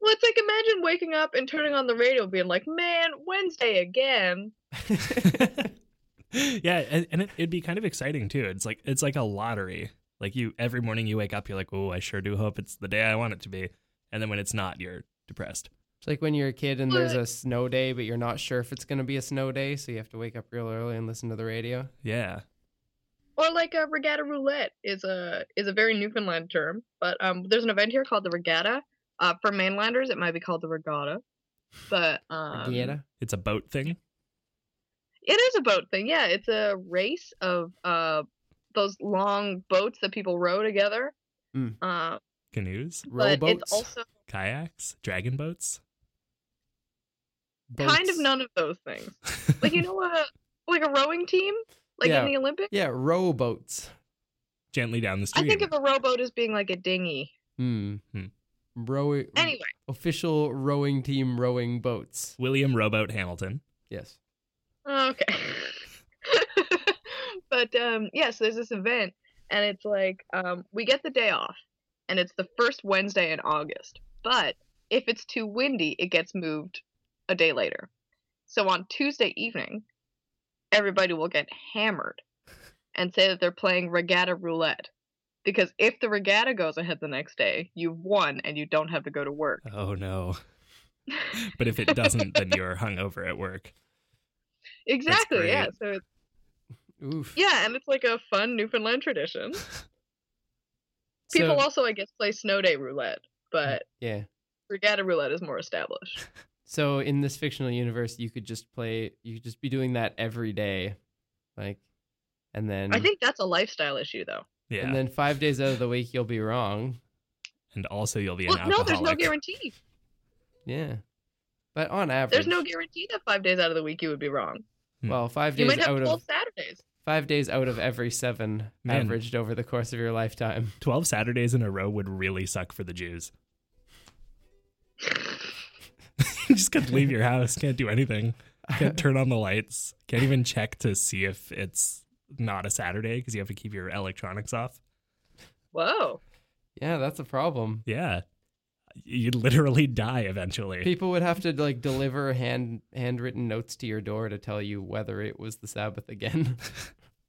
Speaker 3: Well, it's like imagine waking up and turning on the radio being like, "Man, Wednesday again."
Speaker 2: yeah, and, and it, it'd be kind of exciting too. It's like it's like a lottery. Like you, every morning you wake up, you're like, "Oh, I sure do hope it's the day I want it to be," and then when it's not, you're depressed.
Speaker 1: It's like when you're a kid and there's
Speaker 3: But-
Speaker 1: a snow day, but you're not sure if it's going to be a snow day, so you have to wake up real early and listen to the radio.
Speaker 2: Yeah,
Speaker 3: Or like a regatta roulette is a is a very Newfoundland term, but um, there's an event here called the regatta. Uh, for mainlanders, it might be called the regatta, but um,
Speaker 1: Regatta?
Speaker 2: it's a boat thing.
Speaker 3: It is a boat thing. Yeah, it's a race of uh those long boats that people row together.
Speaker 1: Mm.
Speaker 3: Uh,
Speaker 2: Canoes,
Speaker 3: but
Speaker 1: Rowboats?
Speaker 3: it's also
Speaker 2: kayaks, dragon boats.
Speaker 3: kind of
Speaker 1: Boats.
Speaker 3: none of those things. Like you know what? a- Like a rowing team, like
Speaker 1: Yeah.
Speaker 3: in the Olympics.
Speaker 1: Yeah, rowboats.
Speaker 2: Gently down the
Speaker 3: I
Speaker 2: stream.
Speaker 3: think of a rowboat as being like a dinghy.
Speaker 1: Hmm.
Speaker 2: Hmm.
Speaker 1: Rowing.
Speaker 3: Anyway,
Speaker 1: Official rowing team rowing boats.
Speaker 2: William Rowboat Hamilton.
Speaker 1: Yes.
Speaker 3: Oh, okay. but um, yeah, so there's this event, and it's like um, we get the day off, and it's the first Wednesday in August. But if it's too windy, it gets moved a day later. So on Tuesday evening, everybody will get hammered and say that they're playing regatta roulette. Because if the regatta goes ahead the next day, you've won and you don't have to go to work.
Speaker 2: Oh no. But if it doesn't, then you're hungover at work.
Speaker 3: Exactly, yeah. So it's,
Speaker 1: Oof.
Speaker 3: yeah, and it's like a fun Newfoundland tradition. People
Speaker 1: So- Mm.
Speaker 3: also, I guess, play snow day roulette, but
Speaker 1: yeah.
Speaker 3: regatta roulette is more established.
Speaker 1: So in this fictional universe, you could just play. You could just be doing that every day, like, and then
Speaker 3: I think that's a lifestyle issue, though.
Speaker 2: Yeah.
Speaker 1: and
Speaker 2: And,
Speaker 1: then five days out of the week you'll be wrong.
Speaker 2: also you'll be an
Speaker 3: well, no,
Speaker 2: alcoholic.
Speaker 3: there's no guarantee.
Speaker 1: Yeah. But on average,
Speaker 3: There's no guarantee that five days out of the week you would be wrong.
Speaker 2: Hmm.
Speaker 1: Well, five
Speaker 3: You
Speaker 1: days
Speaker 3: might have
Speaker 1: out
Speaker 3: twelve
Speaker 1: of
Speaker 3: Saturdays.
Speaker 1: five days out of every seven
Speaker 2: Man.
Speaker 1: averaged over the course of your lifetime.
Speaker 2: 12 Saturdays in a row would really suck for the Jews. you just can't leave your house, can't do anything, can't turn on the lights, can't even check to see if it's not a Saturday because you have to keep your electronics off.
Speaker 3: Whoa.
Speaker 1: Yeah, that's a problem.
Speaker 2: Yeah. You'd literally die eventually.
Speaker 1: People would have to like deliver hand handwritten notes to your door to tell you whether it was the Sabbath again.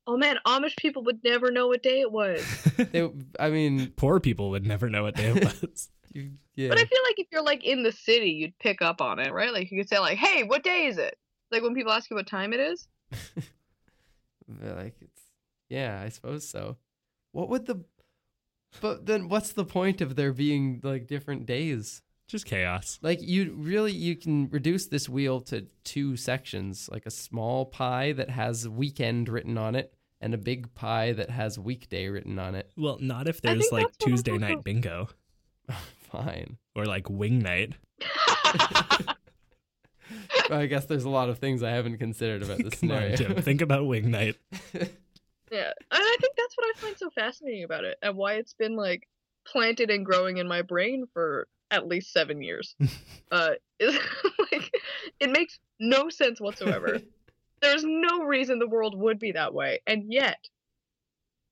Speaker 3: Oh man, Amish people would never know what day it was.
Speaker 1: they, I mean,
Speaker 2: Poor people would never know what day it was.
Speaker 1: you, yeah,
Speaker 3: But I feel like if you're like in the city, you'd pick up on it, right? Like you could say like, "Hey, what day is it?" Like when people ask you what time it is.
Speaker 1: They're like it's yeah, I suppose so. What would the but then what's the point of there being like different days?
Speaker 2: just chaos.
Speaker 1: Like you really you can reduce this wheel to two sections, like a small pie that has weekend written on it and a big pie that has weekday written on it.
Speaker 2: Well, not if there's
Speaker 3: think
Speaker 2: like
Speaker 3: that's what I'm
Speaker 2: Tuesday night
Speaker 3: talking-
Speaker 2: bingo
Speaker 1: Fine.
Speaker 2: or like wing night.
Speaker 1: I guess there's a lot of things I haven't considered about this
Speaker 2: Come on,
Speaker 1: scenario.
Speaker 2: Jim. Think about wing night.
Speaker 3: Yeah, and I think that's what I find so fascinating about it, and why it's been like planted and growing in my brain for at least seven years. uh, is, like it makes no sense whatsoever. There's no reason the world would be that way, and yet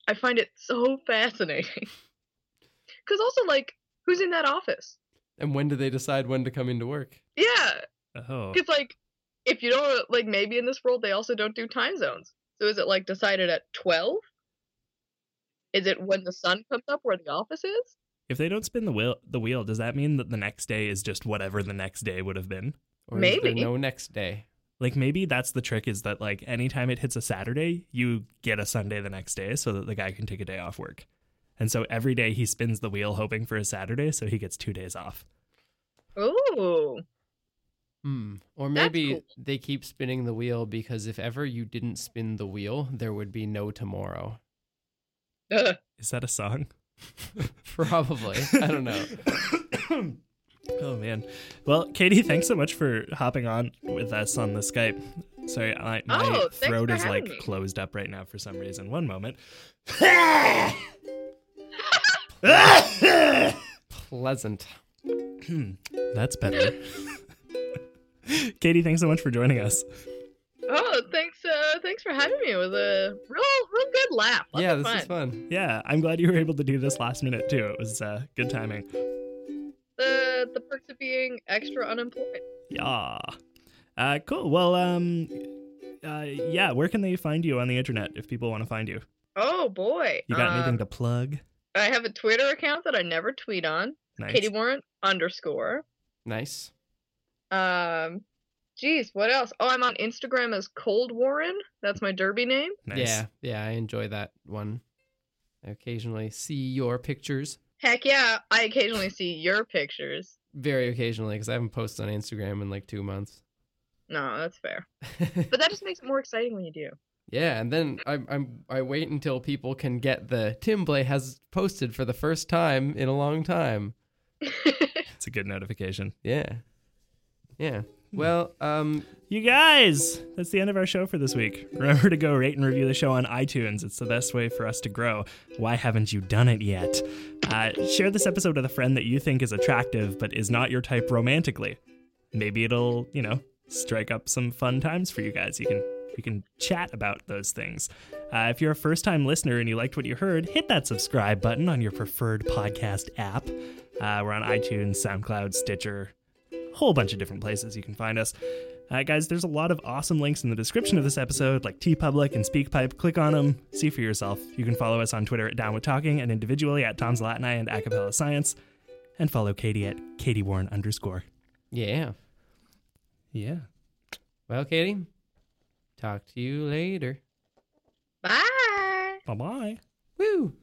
Speaker 3: I find it so fascinating. Because also, like, who's in that office?
Speaker 1: and when do they decide when to come into work?
Speaker 3: Yeah,
Speaker 2: Oh.
Speaker 3: because like if you don't like maybe in this world they also don't do time zones so is it like decided at 12 is it when the sun comes up where the office is
Speaker 2: If they don't spin the wheel, the wheel, does that mean that the next day is just whatever the next day would have been?
Speaker 1: Or is there
Speaker 3: Maybe.
Speaker 1: no next day?
Speaker 2: Like maybe that's the trick is that like anytime it hits a Saturday, you get a Sunday the next day so that the guy can take a day off work. And so every day he spins the wheel hoping for a Saturday so he gets 2 days off.
Speaker 3: oh
Speaker 1: Hmm. Or
Speaker 3: That's
Speaker 1: maybe
Speaker 3: cool.
Speaker 1: they keep spinning the wheel because if ever you didn't spin the wheel, there would be no tomorrow.
Speaker 2: Is that a song?
Speaker 1: Probably. I don't know.
Speaker 2: Oh man. Well, Katie, thanks so much for hopping on with us on the Skype. Sorry, I, my
Speaker 3: Oh, thanks
Speaker 2: throat
Speaker 3: for
Speaker 2: is like
Speaker 3: having me.
Speaker 2: closed up right now for some reason. One moment.
Speaker 1: Pleasant.
Speaker 2: That's better. Katie, thanks so much for joining us.
Speaker 3: oh thanks uh thanks for having me it was a real real good laugh Lots
Speaker 1: yeah,
Speaker 3: of
Speaker 1: this
Speaker 3: fun.
Speaker 1: is fun.
Speaker 2: Yeah, I'm glad you were able to do this last minute too. It was uh, good timing.
Speaker 3: the the perks of being extra unemployed
Speaker 2: Yeah. Uh, cool. Well, um, uh, yeah. Where can they find you on the internet if people want to find you?
Speaker 3: oh boy
Speaker 2: You got
Speaker 3: Um,
Speaker 2: anything to plug?
Speaker 3: i have a twitter account that i never tweet on
Speaker 2: Nice.
Speaker 3: katie warren underscore
Speaker 1: Nice.
Speaker 3: Um, geez, what else? Oh, I'm on Instagram as Cold Warren. That's my derby name.
Speaker 2: nice.
Speaker 1: Yeah, yeah, I enjoy that one. I occasionally see your pictures,
Speaker 3: Heck yeah, I occasionally see your pictures.
Speaker 1: very occasionally, because I haven't posted on Instagram in like two months.
Speaker 3: No, that's fair. But that just makes it more exciting when you do.
Speaker 1: yeah, and then I, I'm I wait until people can get the Tim Blay has posted for the first time in a long time.
Speaker 2: It's a good notification.
Speaker 1: Yeah, yeah. Well, um,
Speaker 2: You guys, that's the end of our show for this week. Remember to go rate and review the show on iTunes. It's the best way for us to grow. Why haven't you done it yet? Uh, share this episode with a friend that you think is attractive but is not your type romantically. Maybe it'll, you know, strike up some fun times for you guys. You can you can chat about those things. Uh, if you're a first time listener and you liked what you heard, hit that subscribe button on your preferred podcast app. Uh, we're on iTunes, SoundCloud, Stitcher, whole bunch of different places you can find us. Uh, guys, there's a lot of awesome links in the description of this episode, like TeePublic and SpeakPipe. Click on them, see for yourself. You can follow us on Twitter at Down With Talking and individually at Tom's Latini and Acapella Science, and follow Katie at Katie Warren underscore.
Speaker 1: yeah.
Speaker 2: Yeah.
Speaker 1: Well, Katie, talk to you later.
Speaker 3: Bye.
Speaker 2: Bye bye.
Speaker 1: Woo.